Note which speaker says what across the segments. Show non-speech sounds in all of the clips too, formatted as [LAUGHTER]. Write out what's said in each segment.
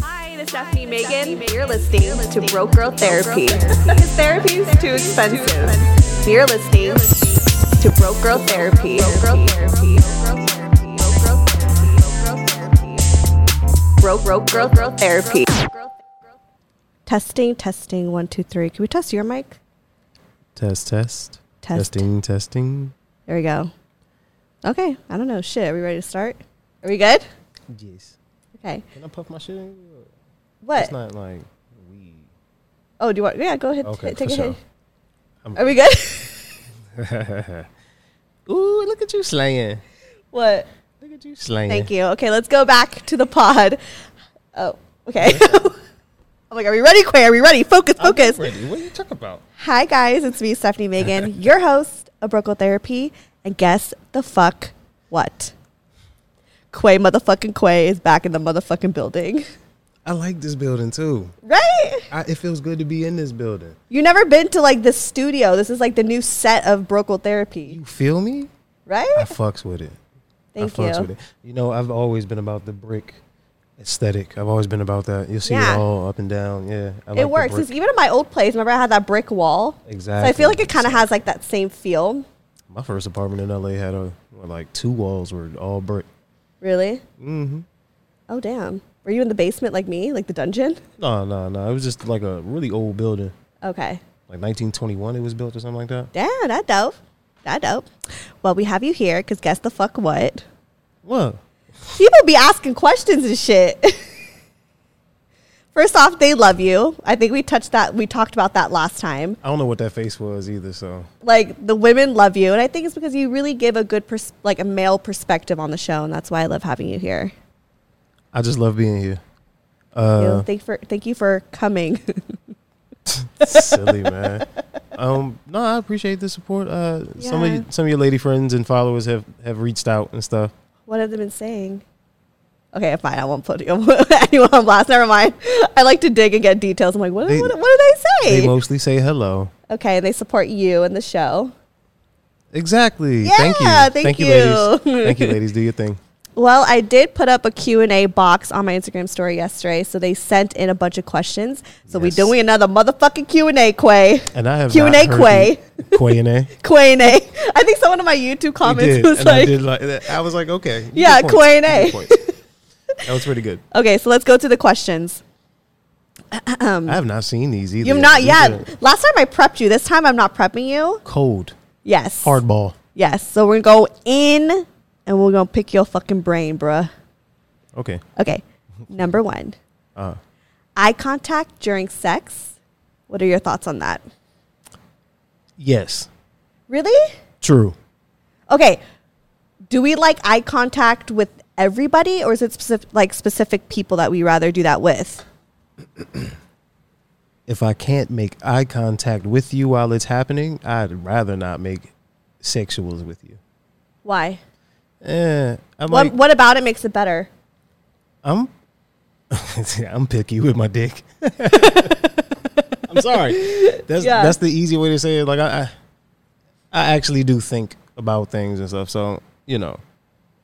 Speaker 1: Hi, this is Stephanie Megan. You're listening to Broke Girl Therapy. Because therapy is too expensive. You're listening to Broke Girl Therapy. Broke Broke Girl Girl Therapy.
Speaker 2: Testing, testing, one, two, three. Can we test your mic?
Speaker 3: Test, test.
Speaker 2: Test.
Speaker 3: Testing, testing.
Speaker 2: There we go. Okay, I don't know. Shit, are we ready to start? Are we good?
Speaker 3: Yes.
Speaker 2: Okay.
Speaker 3: Can I puff my shit in?
Speaker 2: What?
Speaker 3: It's not like weed.
Speaker 2: oh, do you want? Yeah, go ahead.
Speaker 3: Okay,
Speaker 2: T- take
Speaker 3: for
Speaker 2: a
Speaker 3: sure.
Speaker 2: hit. Are we good? [LAUGHS]
Speaker 3: [LAUGHS] Ooh, look at you slaying.
Speaker 2: what?
Speaker 3: Look at you slaying.
Speaker 2: Thank you. Okay, let's go back to the pod. Oh, okay. [LAUGHS] I'm like, are we ready, Quay? Are we ready? Focus,
Speaker 3: I'm
Speaker 2: focus.
Speaker 3: ready. What are you talking about?
Speaker 2: Hi, guys. It's me, Stephanie
Speaker 3: [LAUGHS]
Speaker 2: Megan, your host of Brocal Therapy. And guess the fuck what? Quay motherfucking Quay is back in the motherfucking building. [LAUGHS]
Speaker 3: I like this building too.
Speaker 2: Right?
Speaker 3: I, it feels good to be in this building.
Speaker 2: You've never been to like the studio. This is like the new set of Brocal Therapy,
Speaker 3: You feel me?
Speaker 2: right?
Speaker 3: I fucks with it.
Speaker 2: Thank
Speaker 3: I fucks
Speaker 2: you.
Speaker 3: with it. You know, I've always been about the brick aesthetic. I've always been about that. You'll see
Speaker 2: Yeah.
Speaker 3: it all up and down. Yeah. I like
Speaker 2: it
Speaker 3: the
Speaker 2: works.
Speaker 3: brick.
Speaker 2: It's even in my old place. Remember, I had that brick wall. So I
Speaker 3: Exactly.
Speaker 2: feel like it kind of has like that same feel.
Speaker 3: My first apartment in LA had a like two walls were all brick.
Speaker 2: Really?
Speaker 3: Mm-hmm.
Speaker 2: Oh damn. Were you in the basement like me, like the dungeon?
Speaker 3: No, no, no. It was just like a really old building,
Speaker 2: Okay.
Speaker 3: like 1921. It was built or something like that.
Speaker 2: Damn, that dope. That dope. Well, we have you here because guess the fuck what?
Speaker 3: What?
Speaker 2: People be asking questions and shit. [LAUGHS] First off, they love you. I think we touched that. We talked about that last time.
Speaker 3: I don't know what that face was either. So
Speaker 2: like the women love you and i think it's because you really give a good pers- like a male perspective on the show and that's why i love having you here
Speaker 3: I just love being here.
Speaker 2: You
Speaker 3: Uh,
Speaker 2: know, thank for thank you for coming [LAUGHS]
Speaker 3: silly man. Um, no, I appreciate the support. Uh, some of
Speaker 2: Yeah.
Speaker 3: you, some of your lady friends and followers have have reached out and stuff.
Speaker 2: what have they been saying okay fine i won't put [LAUGHS] you- anyone on blast never mind i like to dig and get details i'm like what,
Speaker 3: They-
Speaker 2: what, what do they
Speaker 3: They
Speaker 2: say
Speaker 3: mostly say hello.
Speaker 2: okay and they support you and the show
Speaker 3: Exactly.
Speaker 2: Yeah,
Speaker 3: thank you.
Speaker 2: thank
Speaker 3: ladies.
Speaker 2: you. [LAUGHS]
Speaker 3: thank you, ladies. Do your thing.
Speaker 2: Well, I did put up a Q&A box on my Instagram story yesterday, so they sent in a bunch of questions. So we
Speaker 3: Yes.
Speaker 2: doing another motherfucking Q&A, Quay.
Speaker 3: And I have
Speaker 2: Q&A,
Speaker 3: not
Speaker 2: Quay.
Speaker 3: heard you-
Speaker 2: [LAUGHS]
Speaker 3: Quay and A.
Speaker 2: Quay and A. I think someone in my YouTube
Speaker 3: You
Speaker 2: comments
Speaker 3: did,
Speaker 2: was
Speaker 3: and I
Speaker 2: like,
Speaker 3: did like that. I was like, okay. you
Speaker 2: Yeah,
Speaker 3: get points,
Speaker 2: Quay
Speaker 3: you
Speaker 2: and A.
Speaker 3: get points. That was pretty good.
Speaker 2: Okay, so let's go to the questions.
Speaker 3: I have not seen these either.
Speaker 2: You're not
Speaker 3: These
Speaker 2: yet.
Speaker 3: are
Speaker 2: Last time I prepped you. This time I'm not prepping you.
Speaker 3: Cold.
Speaker 2: Yes.
Speaker 3: Hardball.
Speaker 2: Yes. So we're gonna go in, and we're gonna pick your fucking brain, bruh.
Speaker 3: Okay. [LAUGHS]
Speaker 2: Okay. Number one,
Speaker 3: Uh,
Speaker 2: eye contact during sex. What are your thoughts on that?
Speaker 3: yes.
Speaker 2: Really?
Speaker 3: True.
Speaker 2: Okay. Do we like eye contact with everybody, or is it specific, like specific people that we rather do that with?
Speaker 3: If I can't make eye contact with you while it's happening, I'd rather not make sexuals with you.
Speaker 2: Why?
Speaker 3: Eh, I'm
Speaker 2: what,
Speaker 3: like, [LAUGHS]
Speaker 2: what about it makes it better?
Speaker 3: I'm, I'm picky with my dick. [LAUGHS] I'm sorry. That's
Speaker 2: Yeah.
Speaker 3: that's the easy way to say it. Like I, I, I actually do think about things and stuff. So you know,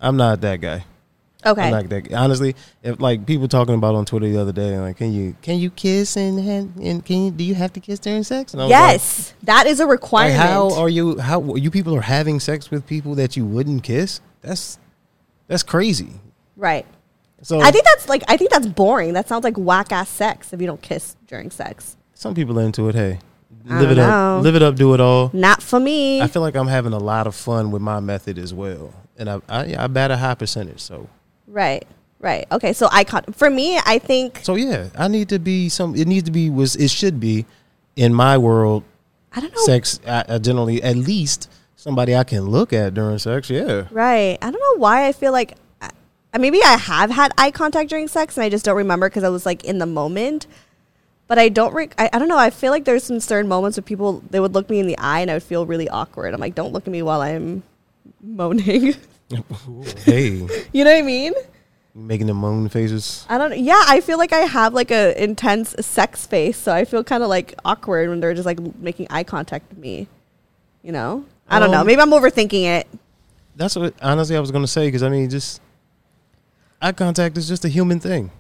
Speaker 3: I'm not that guy.
Speaker 2: Okay.
Speaker 3: I'm not that honestly. If like people talking about on Twitter the other day, like can you can you kiss and hand, and can you do you have to kiss during sex? And I was like-
Speaker 2: Yes, that is a
Speaker 3: Like,
Speaker 2: requirement.
Speaker 3: how are you? How you people are having sex with people that you wouldn't kiss? That's that's crazy.
Speaker 2: right.
Speaker 3: So
Speaker 2: I think that's like I think that's boring. That sounds like whack ass sex if you don't kiss during sex.
Speaker 3: some people are into it. Hey,
Speaker 2: I
Speaker 3: live it
Speaker 2: don't know.
Speaker 3: up, live it up, do it all.
Speaker 2: Not for me.
Speaker 3: I feel like I'm having a lot of fun with my method as well, and I I, I bat a high percentage. So
Speaker 2: right. Right. Okay. So I con- for me, I think
Speaker 3: so yeah, I need to be some. It needs to be was it should be in my world
Speaker 2: I don't know.
Speaker 3: sex I, I generally at least somebody I can look at during sex. Yeah,
Speaker 2: Right. I don't know why I feel like I, I- maybe I have had eye contact during sex and I just don't remember because I was like in the moment.
Speaker 4: But I don't. Rec- I, I don't know. I feel like there's some certain moments where people they would look me in the eye and I would feel really awkward. I'm like, don't look at me while I'm [LAUGHS] moaning. [LAUGHS]
Speaker 3: hey, you
Speaker 4: you know what I mean?
Speaker 3: [LAUGHS] making the moan faces.
Speaker 4: I don't. Yeah, I feel like I have like a intense sex face, so I feel kind of like awkward when they're just like making eye contact with me. You know, I don't know.
Speaker 3: Um,
Speaker 4: Maybe I'm overthinking it.
Speaker 3: That's what honestly I was gonna say because I mean, just eye contact is just a human thing.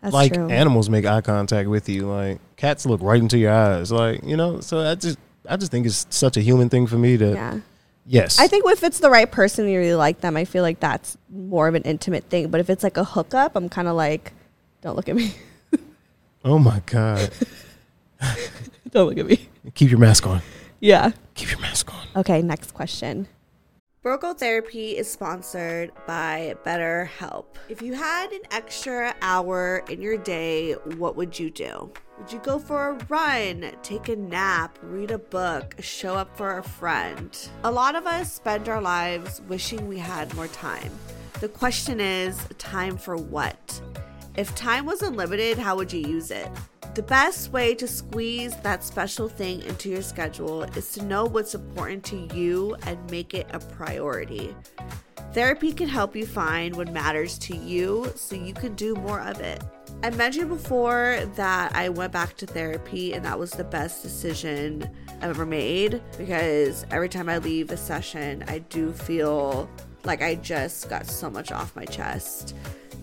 Speaker 4: That's
Speaker 3: like
Speaker 4: true.
Speaker 3: animals make eye contact with you. Like cats look right into your eyes. Like you know. So I just I just think it's such a human thing for me to.
Speaker 4: yeah,
Speaker 3: Yes.
Speaker 4: I think if it's the right person and you really like them, I feel like that's more of an intimate thing. But if it's like a hookup, I'm kind of like, don't look at me, [LAUGHS]
Speaker 3: Oh my god. [LAUGHS]
Speaker 4: don't look at me.
Speaker 3: Keep your mask on.
Speaker 4: Yeah.
Speaker 3: Keep your mask on.
Speaker 4: Okay. Next question.
Speaker 2: Brocal Therapy is sponsored by BetterHelp. If you had an extra hour in your day, what would you do? Would you go for a run, take a nap, read a book, show up for a friend? A lot of us spend our lives wishing we had more time. The question is time for what? If time was unlimited, how would you use it? The best way to squeeze that special thing into your schedule is to know what's important to you and make it a priority. Therapy can help you find what matters to you so you can do more of it. I mentioned before that I went back to therapy and that was the best decision I've ever made because every time I leave a session, I do feel like I just got so much off my chest.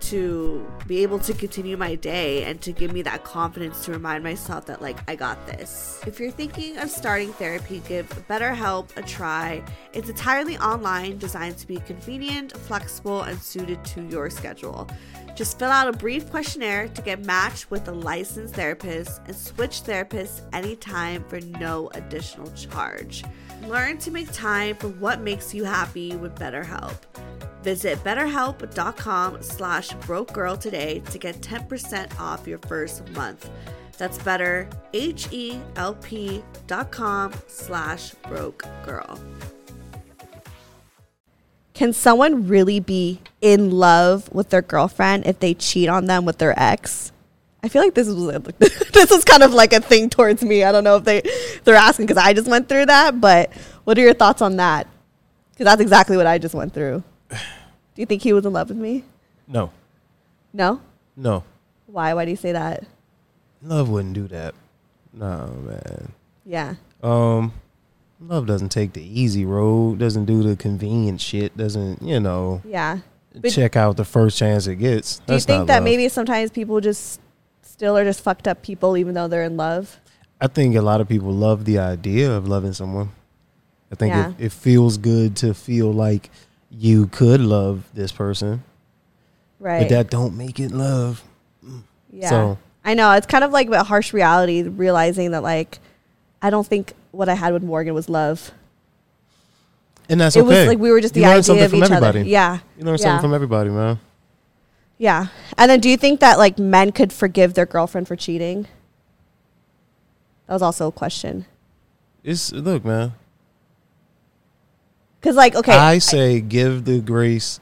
Speaker 2: to be able to continue my day and to give me that confidence to remind myself that like I got this. If you're thinking of starting therapy, give BetterHelp a try. It's entirely online, designed to be convenient, flexible, and suited to your schedule. Just fill out a brief questionnaire to get matched with a licensed therapist and switch therapists anytime for no additional charge. Learn to make time for what makes you happy with BetterHelp. Visit betterhelp.com slash broke girl today to get 10% off your first month. That's better,
Speaker 4: E
Speaker 2: H-E-L-P dot com slash broke girl.
Speaker 4: Can someone really be in love with their girlfriend if they cheat on them with their ex? I feel like this was this is [LAUGHS] kind of like a thing towards me. I don't know if they they're asking because I just went through that. But what are your thoughts on that? Because that's exactly what I just went through. Do you think he was in love with me?
Speaker 3: No.
Speaker 4: No.
Speaker 3: No.
Speaker 4: Why? Why do you say that?
Speaker 3: Love wouldn't do that. No man.
Speaker 4: Yeah.
Speaker 3: Um, love doesn't take the easy road. Doesn't do the convenient shit. Doesn't you know?
Speaker 4: Yeah. But
Speaker 3: check out the first chance it gets.
Speaker 4: do you
Speaker 3: That's
Speaker 4: think
Speaker 3: not
Speaker 4: that
Speaker 3: love.
Speaker 4: maybe sometimes people just still are just fucked up people even though they're in love?
Speaker 3: I think a lot of people love the idea of loving someone. I think
Speaker 4: Yeah.
Speaker 3: it, it feels good to feel like you could love this person,
Speaker 4: Right.
Speaker 3: but that don't make it love.
Speaker 4: Yeah.
Speaker 3: So-
Speaker 4: I know it's kind of like a harsh reality, realizing that like I don't think what I had with Morgan was love.
Speaker 3: And that's
Speaker 4: it
Speaker 3: okay.
Speaker 4: was like we were just the
Speaker 3: you learn
Speaker 4: idea
Speaker 3: something
Speaker 4: of
Speaker 3: from
Speaker 4: each
Speaker 3: everybody.
Speaker 4: other. Yeah.
Speaker 3: You learn
Speaker 4: yeah.
Speaker 3: something from everybody, man.
Speaker 4: Yeah. And then do you think that like men could forgive their girlfriend for cheating? That was also a question.
Speaker 3: It's look, man.
Speaker 4: Cuz like okay,
Speaker 3: I say give the grace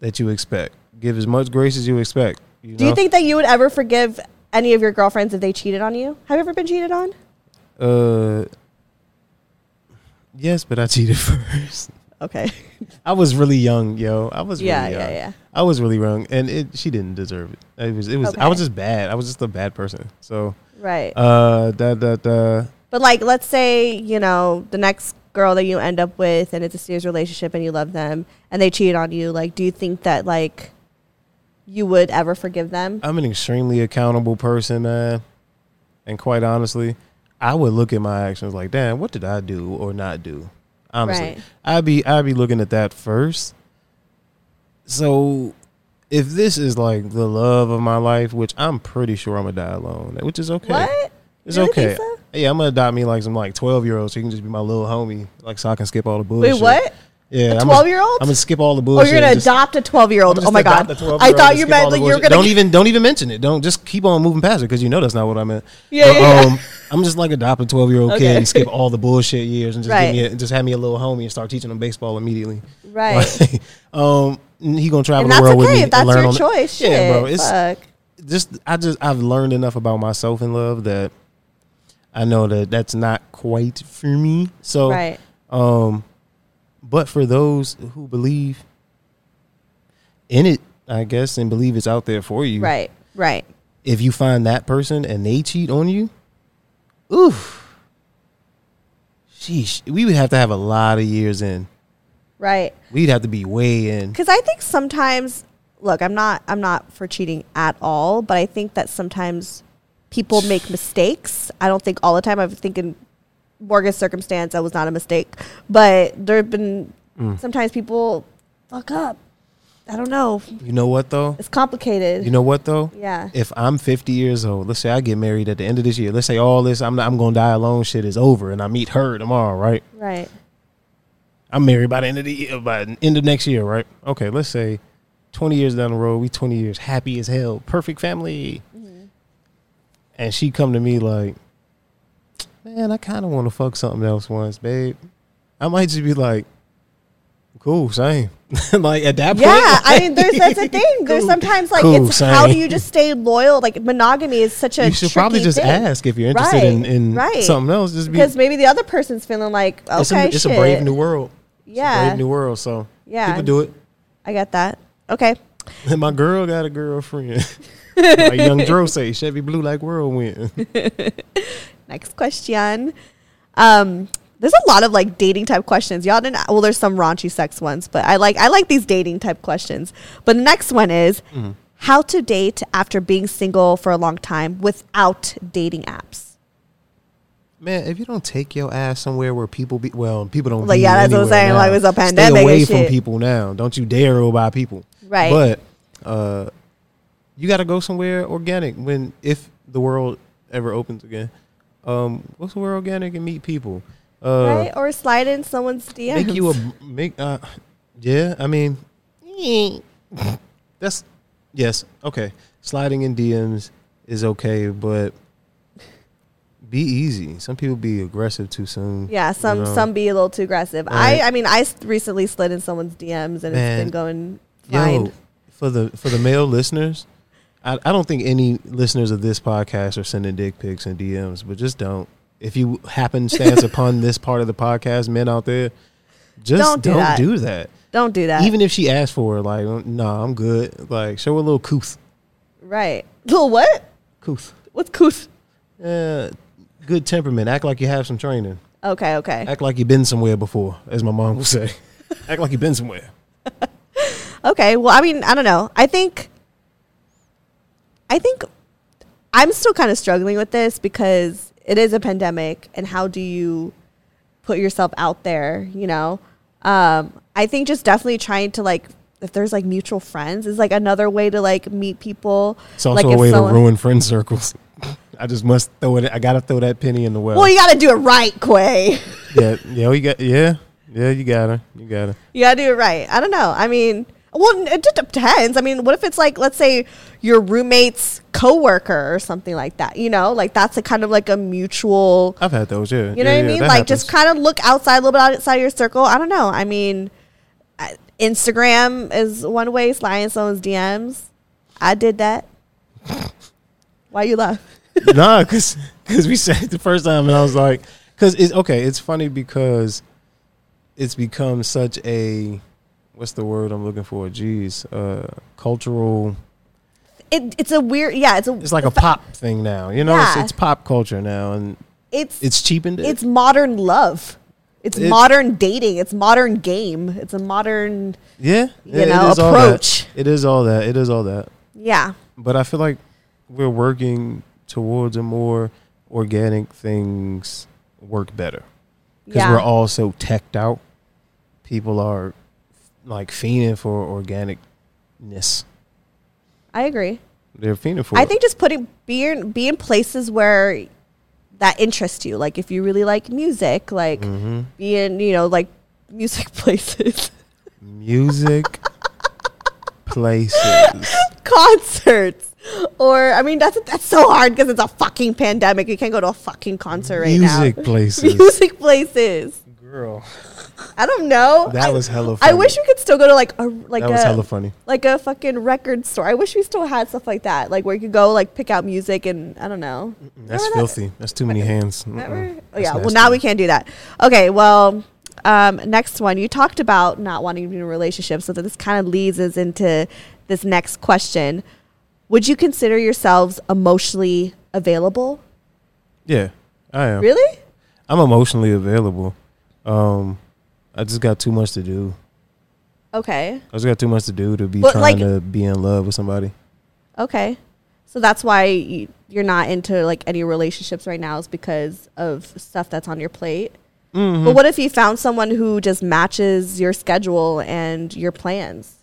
Speaker 3: that you expect. Give as much grace as you expect. You
Speaker 4: do you
Speaker 3: know?
Speaker 4: think that you would ever forgive any of your girlfriends if they cheated on you? Have you ever been cheated on?
Speaker 3: Uh, yes, but I cheated [LAUGHS] first. [LAUGHS]
Speaker 4: Okay.
Speaker 3: I was really young, yo. I was really
Speaker 4: Yeah,
Speaker 3: young.
Speaker 4: yeah, yeah.
Speaker 3: I was really young, and it she didn't deserve it. It was it was I
Speaker 4: Okay.
Speaker 3: was just bad. I was just a bad person. So
Speaker 4: Right.
Speaker 3: uh, da da da.
Speaker 4: But like, let's say you know the next girl that you end up with, and it's a serious relationship, and you love them, and they cheat on you. Like, do you think that like you would ever forgive them?
Speaker 3: I'm an extremely accountable person, man. And quite honestly, I would look at my actions like, damn, what did I do or not do? Honestly,
Speaker 4: Right.
Speaker 3: I'd be I'd be looking at that first. So, if this is like the love of my life, which I'm pretty sure I'm gonna die alone, which is Uh, okay.
Speaker 4: What?
Speaker 3: It's
Speaker 4: Really
Speaker 3: okay.
Speaker 4: think so?
Speaker 3: yeah, I'm gonna adopt me like some like 12 year old, so you can just be my little homie, like so I can skip all the
Speaker 2: Wait,
Speaker 3: bullshit.
Speaker 2: what?
Speaker 3: Yeah, I'm
Speaker 2: 12-year-old?
Speaker 3: I'm gonna skip all the
Speaker 2: Oh,
Speaker 3: bullshit.
Speaker 2: you're gonna
Speaker 3: and just-
Speaker 2: adopt a 12 year old?
Speaker 3: I'm
Speaker 2: Oh my
Speaker 3: just
Speaker 2: god!
Speaker 3: adopt the 12
Speaker 2: I
Speaker 3: year old
Speaker 2: thought
Speaker 3: and
Speaker 2: you
Speaker 3: skip all
Speaker 2: meant
Speaker 3: the
Speaker 2: like you're
Speaker 3: bullshit.
Speaker 2: gonna.
Speaker 3: Don't even don't even mention it. Don't just keep on moving past it because you know that's not what I meant.
Speaker 2: Yeah,
Speaker 3: But,
Speaker 2: yeah, yeah.
Speaker 3: um, I'm just like adopt a 12 year old
Speaker 2: Okay.
Speaker 3: kid and skip all the bullshit years and just
Speaker 2: Right.
Speaker 3: give me a, just have me a little homie and start teaching him baseball immediately.
Speaker 2: Right.
Speaker 3: Like, [LAUGHS] um, he gonna travel
Speaker 2: and
Speaker 3: the
Speaker 2: that's
Speaker 3: world with me
Speaker 2: okay if that's
Speaker 3: and learn
Speaker 2: your
Speaker 3: on the-
Speaker 2: choice. Shit.
Speaker 3: Yeah, bro. It's
Speaker 2: Fuck.
Speaker 3: just I just I've learned enough about myself in love that I know that that's not quite for me. So
Speaker 2: right.
Speaker 3: um, but for those who believe in it, I guess, and believe it's out there for you,
Speaker 2: Right. Right.
Speaker 3: If you find that person and they cheat on you, oof, sheesh, we would have to have a lot of years in.
Speaker 2: Right.
Speaker 3: We'd have to be way in.
Speaker 2: because I think sometimes, look, I'm not, I'm not for cheating at all, but I think that sometimes people make mistakes. I don't think all the time. I think in Morgan's circumstance, that was not a mistake, but there have been
Speaker 3: Mm.
Speaker 2: sometimes people fuck up. I don't know.
Speaker 3: You know what though?
Speaker 2: It's complicated.
Speaker 3: You know what though?
Speaker 2: Yeah.
Speaker 3: If I'm 50 years old, let's say I get married at the end of this year. Let's say all this I'm I'm gonna die alone shit is over, and I meet her tomorrow, right?
Speaker 2: right.
Speaker 3: I'm married by the end of the year, by the end of next year, right? Okay, let's say 20 years down the road, we 20 years happy as hell, perfect family,
Speaker 2: Mm-hmm.
Speaker 3: and she come to me like, man, I kind of want to fuck something else once, babe. I might just be like, cool, same. [LAUGHS] like at that
Speaker 2: Yeah,
Speaker 3: point,
Speaker 2: I
Speaker 3: like,
Speaker 2: mean, there's that's
Speaker 3: [LAUGHS]
Speaker 2: the thing. There's
Speaker 3: cool.
Speaker 2: sometimes like
Speaker 3: Cool,
Speaker 2: it's how do
Speaker 3: same.
Speaker 2: you just stay loyal? Like monogamy is such a
Speaker 3: you should probably
Speaker 2: tricky
Speaker 3: just
Speaker 2: thing.
Speaker 3: ask if you're interested
Speaker 2: Right,
Speaker 3: in, in
Speaker 2: right.
Speaker 3: something else. Just be
Speaker 2: because maybe the other person's feeling like okay,
Speaker 3: it's, a, it's a
Speaker 2: shit.
Speaker 3: brave new world. It's a
Speaker 2: Yeah,
Speaker 3: brave new world. So
Speaker 2: Yeah.
Speaker 3: people do it.
Speaker 2: I get that. Okay.
Speaker 3: And [LAUGHS] my girl got
Speaker 2: [LAUGHS]
Speaker 3: a girlfriend. like young Dro say, Chevy Blue like whirlwind.
Speaker 2: Next question. Um, there's a lot of like dating type questions. Y'all didn't well, there's some raunchy sex ones, but I like I like these dating type questions. But the next one is
Speaker 3: Mm-hmm.
Speaker 2: how to date after being single for a long time without dating apps.
Speaker 3: Man, if you don't take your ass somewhere where people be, well, people don't.
Speaker 2: Like,
Speaker 3: be
Speaker 2: yeah, that's what I'm
Speaker 3: anywhere
Speaker 2: saying, like,
Speaker 3: now.
Speaker 2: it's a pandemic
Speaker 3: Stay
Speaker 2: and
Speaker 3: away from
Speaker 2: shit.
Speaker 3: people now. Don't you dare go by people.
Speaker 2: Right.
Speaker 3: But uh, you got to go somewhere organic when if the world ever opens again. Um, go somewhere organic and meet people. Uh,
Speaker 2: right? Or slide in someone's DM.
Speaker 3: Make you a make. Uh, yeah, I mean, that's yes. Okay, sliding in DMs is okay, but be easy. Some people be aggressive too soon.
Speaker 2: yeah,
Speaker 3: you
Speaker 2: some
Speaker 3: know.
Speaker 2: some be a little too aggressive.
Speaker 3: Right.
Speaker 2: I I mean I s- recently slid in someone's DMs and it's
Speaker 3: Man.
Speaker 2: been going fine.
Speaker 3: Yo, for the for the male listeners, I, I don't think any listeners of this podcast are sending dick pics and DMs, but just don't. If you
Speaker 2: [LAUGHS]
Speaker 3: happen stance upon this part of the podcast, men out there, just
Speaker 2: Don't do that.
Speaker 3: Do that.
Speaker 2: Don't do that.
Speaker 3: Even if she asked for it, like, no, I'm good. Like, show a little couth.
Speaker 2: right. [LAUGHS] Little what?
Speaker 3: Couth.
Speaker 2: What's coof?
Speaker 3: Uh, good temperament. Act like you have some training.
Speaker 2: Okay, okay.
Speaker 3: Act like you've been somewhere before, as my mom would say. [LAUGHS] Act like you've been somewhere.
Speaker 2: Okay. Well, I mean, I don't know. I think, I think I'm still kind of struggling with this because it is a pandemic, and how do you put yourself out there? You know, um, I think just definitely trying to like, if there's like mutual friends, is like another way to like meet people.
Speaker 3: It's also
Speaker 2: like
Speaker 3: a
Speaker 2: if
Speaker 3: way
Speaker 2: someone-
Speaker 3: to ruin friend circles. [LAUGHS] I just must throw it. I gotta throw that penny in the well.
Speaker 2: Well, you got to do it right, Quay.
Speaker 3: yeah, yeah, you got, yeah, yeah, you gotta, you gotta.
Speaker 2: You gotta do it right. I don't know. I mean, well, it just depends. I mean, what if it's like, let's say your roommate's coworker or something like that? You know, like that's a kind of like a mutual.
Speaker 3: I've had those, yeah.
Speaker 2: You know what I mean? Like, just kind of look outside a little bit outside your circle. I don't know. I mean, I- Instagram is one way sliding someone's DMs. I did
Speaker 3: [LAUGHS]
Speaker 2: that. Why you laugh?
Speaker 3: of [LAUGHS] nah, cause, cause we said it the first time, and I was like, cause it's okay. It's funny because it's become such a what's the word I'm looking for? Jeez, uh, cultural.
Speaker 2: It, it's a weird. Yeah, it's a.
Speaker 3: It's like a pop thing now. You know,
Speaker 2: Yeah.
Speaker 3: it's, it's pop culture now, and
Speaker 2: It's
Speaker 3: it's cheapened.
Speaker 2: it's modern love. It's
Speaker 3: It-
Speaker 2: modern dating. It's modern game. It's a modern
Speaker 3: yeah,
Speaker 2: you
Speaker 3: it-
Speaker 2: know,
Speaker 3: it is all that.
Speaker 2: approach.
Speaker 3: It is all that. It is all that.
Speaker 2: yeah.
Speaker 3: but I feel like we're working towards a more organic things work better because
Speaker 2: Yeah.
Speaker 3: we're all so teched out. People are like fiending for organicness.
Speaker 2: I agree.
Speaker 3: They're fiending for.
Speaker 2: I
Speaker 3: it.
Speaker 2: think just putting be in, be in places where that interest you. Like if you really like music, like
Speaker 3: Mm-hmm.
Speaker 2: be in you know like music [LAUGHS] places, [LAUGHS]
Speaker 3: Music places.
Speaker 2: concerts, or I mean that's that's so hard because it's a fucking pandemic. You can't go to a fucking concert right [LAUGHS]
Speaker 3: Music
Speaker 2: now.
Speaker 3: places.
Speaker 2: music places.
Speaker 3: Girl.
Speaker 2: I don't know.
Speaker 3: That
Speaker 2: I-
Speaker 3: was hella
Speaker 2: I wish
Speaker 3: funny.
Speaker 2: we could still go to like a like
Speaker 3: That was
Speaker 2: a
Speaker 3: hella funny.
Speaker 2: like a fucking record store. I wish we still had stuff like that, like where you could go like pick out music and I don't know.
Speaker 3: That's
Speaker 2: Remember that?
Speaker 3: filthy. That's too many hands. Mm-mm.
Speaker 2: Remember? Oh,
Speaker 3: That's
Speaker 2: yeah. Well,
Speaker 3: nasty.
Speaker 2: now we can't do that. Okay. Well, um, next one. You talked about not wanting to be in a relationship, so that this kind of leads us into this next question. Would you consider yourselves emotionally available?
Speaker 3: Yeah, I am.
Speaker 2: Really?
Speaker 3: I'm emotionally available. Um, I just got too much to do.
Speaker 2: Okay.
Speaker 3: I just got too much to do to be
Speaker 2: But,
Speaker 3: trying
Speaker 2: like-
Speaker 3: to be in love with somebody.
Speaker 2: Okay. So that's why you- you're not into like any relationships right now is because of stuff that's on your plate.
Speaker 3: Mm-hmm.
Speaker 2: But what if you found someone who just matches your schedule and your plans?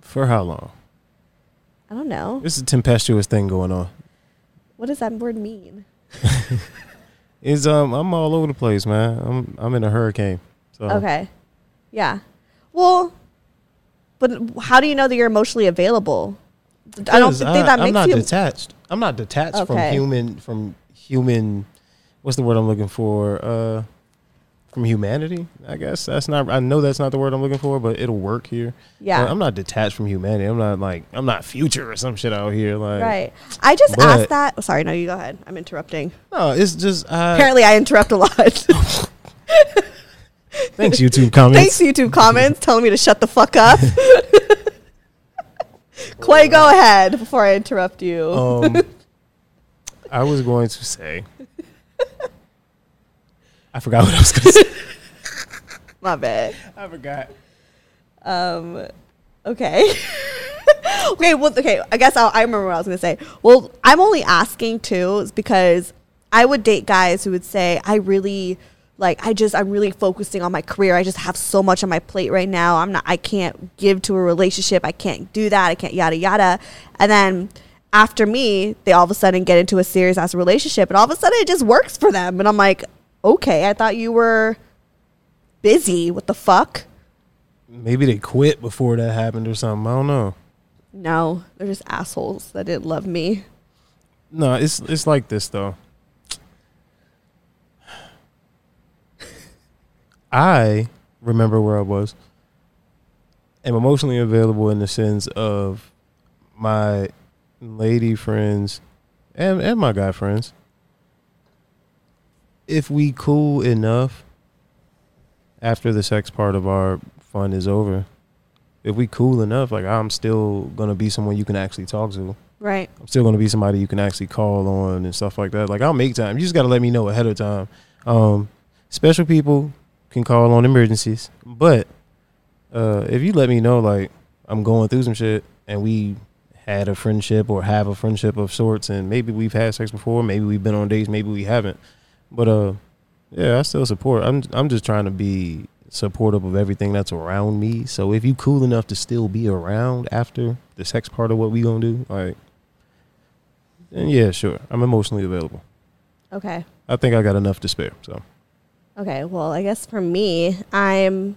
Speaker 3: For how long?
Speaker 2: I don't know.
Speaker 3: It's a tempestuous thing going on.
Speaker 2: What does that word mean?
Speaker 3: Is um, I'm all over the place, man. I'm I'm in a hurricane. So
Speaker 2: Okay. Yeah. Well, but how do you know that you're emotionally available? I don't think that
Speaker 3: I'm
Speaker 2: makes
Speaker 3: not
Speaker 2: you.
Speaker 3: detached. I'm not detached from
Speaker 2: Okay.
Speaker 3: human from human. What's the word I'm looking for? Uh, from humanity, I guess that's not. I know that's not the word I'm looking for, but it'll work here.
Speaker 2: Yeah.
Speaker 3: But I'm not detached from humanity. I'm not like I'm not future or some shit out here. Like
Speaker 2: right. I just
Speaker 3: But-
Speaker 2: asked that. Oh, sorry. No, you go ahead. I'm interrupting.
Speaker 3: no, it's just. Uh,
Speaker 2: Apparently, I interrupt a
Speaker 3: [LAUGHS]
Speaker 2: lot.
Speaker 3: thanks YouTube comments.
Speaker 2: Thanks, YouTube comments, telling me to shut the fuck
Speaker 3: [LAUGHS]
Speaker 2: up. [LAUGHS] Clay, go ahead before I interrupt you.
Speaker 3: Um, I was going to say. [LAUGHS] I forgot what I was going to say.
Speaker 2: My bad.
Speaker 3: [LAUGHS] I forgot.
Speaker 2: Um, okay. [LAUGHS] okay. Well, okay. I guess I'll, I remember what I was going to say. Well, I'm only asking too is because I would date guys who would say, "I really like. I just I'm really focusing on my career. I just have so much on my plate right now. I'm not. I can't give to a relationship. I can't do that. I can't yada yada." And then after me, they all of a sudden get into a serious ass relationship, and all of a sudden it just works for them. And I'm like, okay, I thought you were busy. What the fuck?
Speaker 3: Maybe they quit before that happened or something. I don't know.
Speaker 2: No, they're just assholes that didn't love me.
Speaker 3: No, it's it's like this though. I remember where I was. Am emotionally available in the sense of my lady friends and and my guy friends. If we cool enough after the sex part of our fun is over, if we cool enough, like I'm still gonna be someone you can actually talk to.
Speaker 2: Right.
Speaker 3: I'm still going to be somebody you can actually call on and stuff like that. Like I'll make time. You just got to let me know ahead of time. Um, special people can call on emergencies, but uh, if you let me know, like I'm going through some shit, and we had a friendship or have a friendship of sorts, and maybe we've had sex before, maybe we've been on dates, maybe we haven't, but uh, yeah, I still support. I'm I'm just trying to be supportive of everything that's around me. So if you cool enough to still be around after the sex part of what we gonna do, like and Eh, yeah, sure. I'm emotionally available.
Speaker 2: Okay.
Speaker 3: I think I got enough to spare. So
Speaker 2: Okay. Well, I guess for me, I'm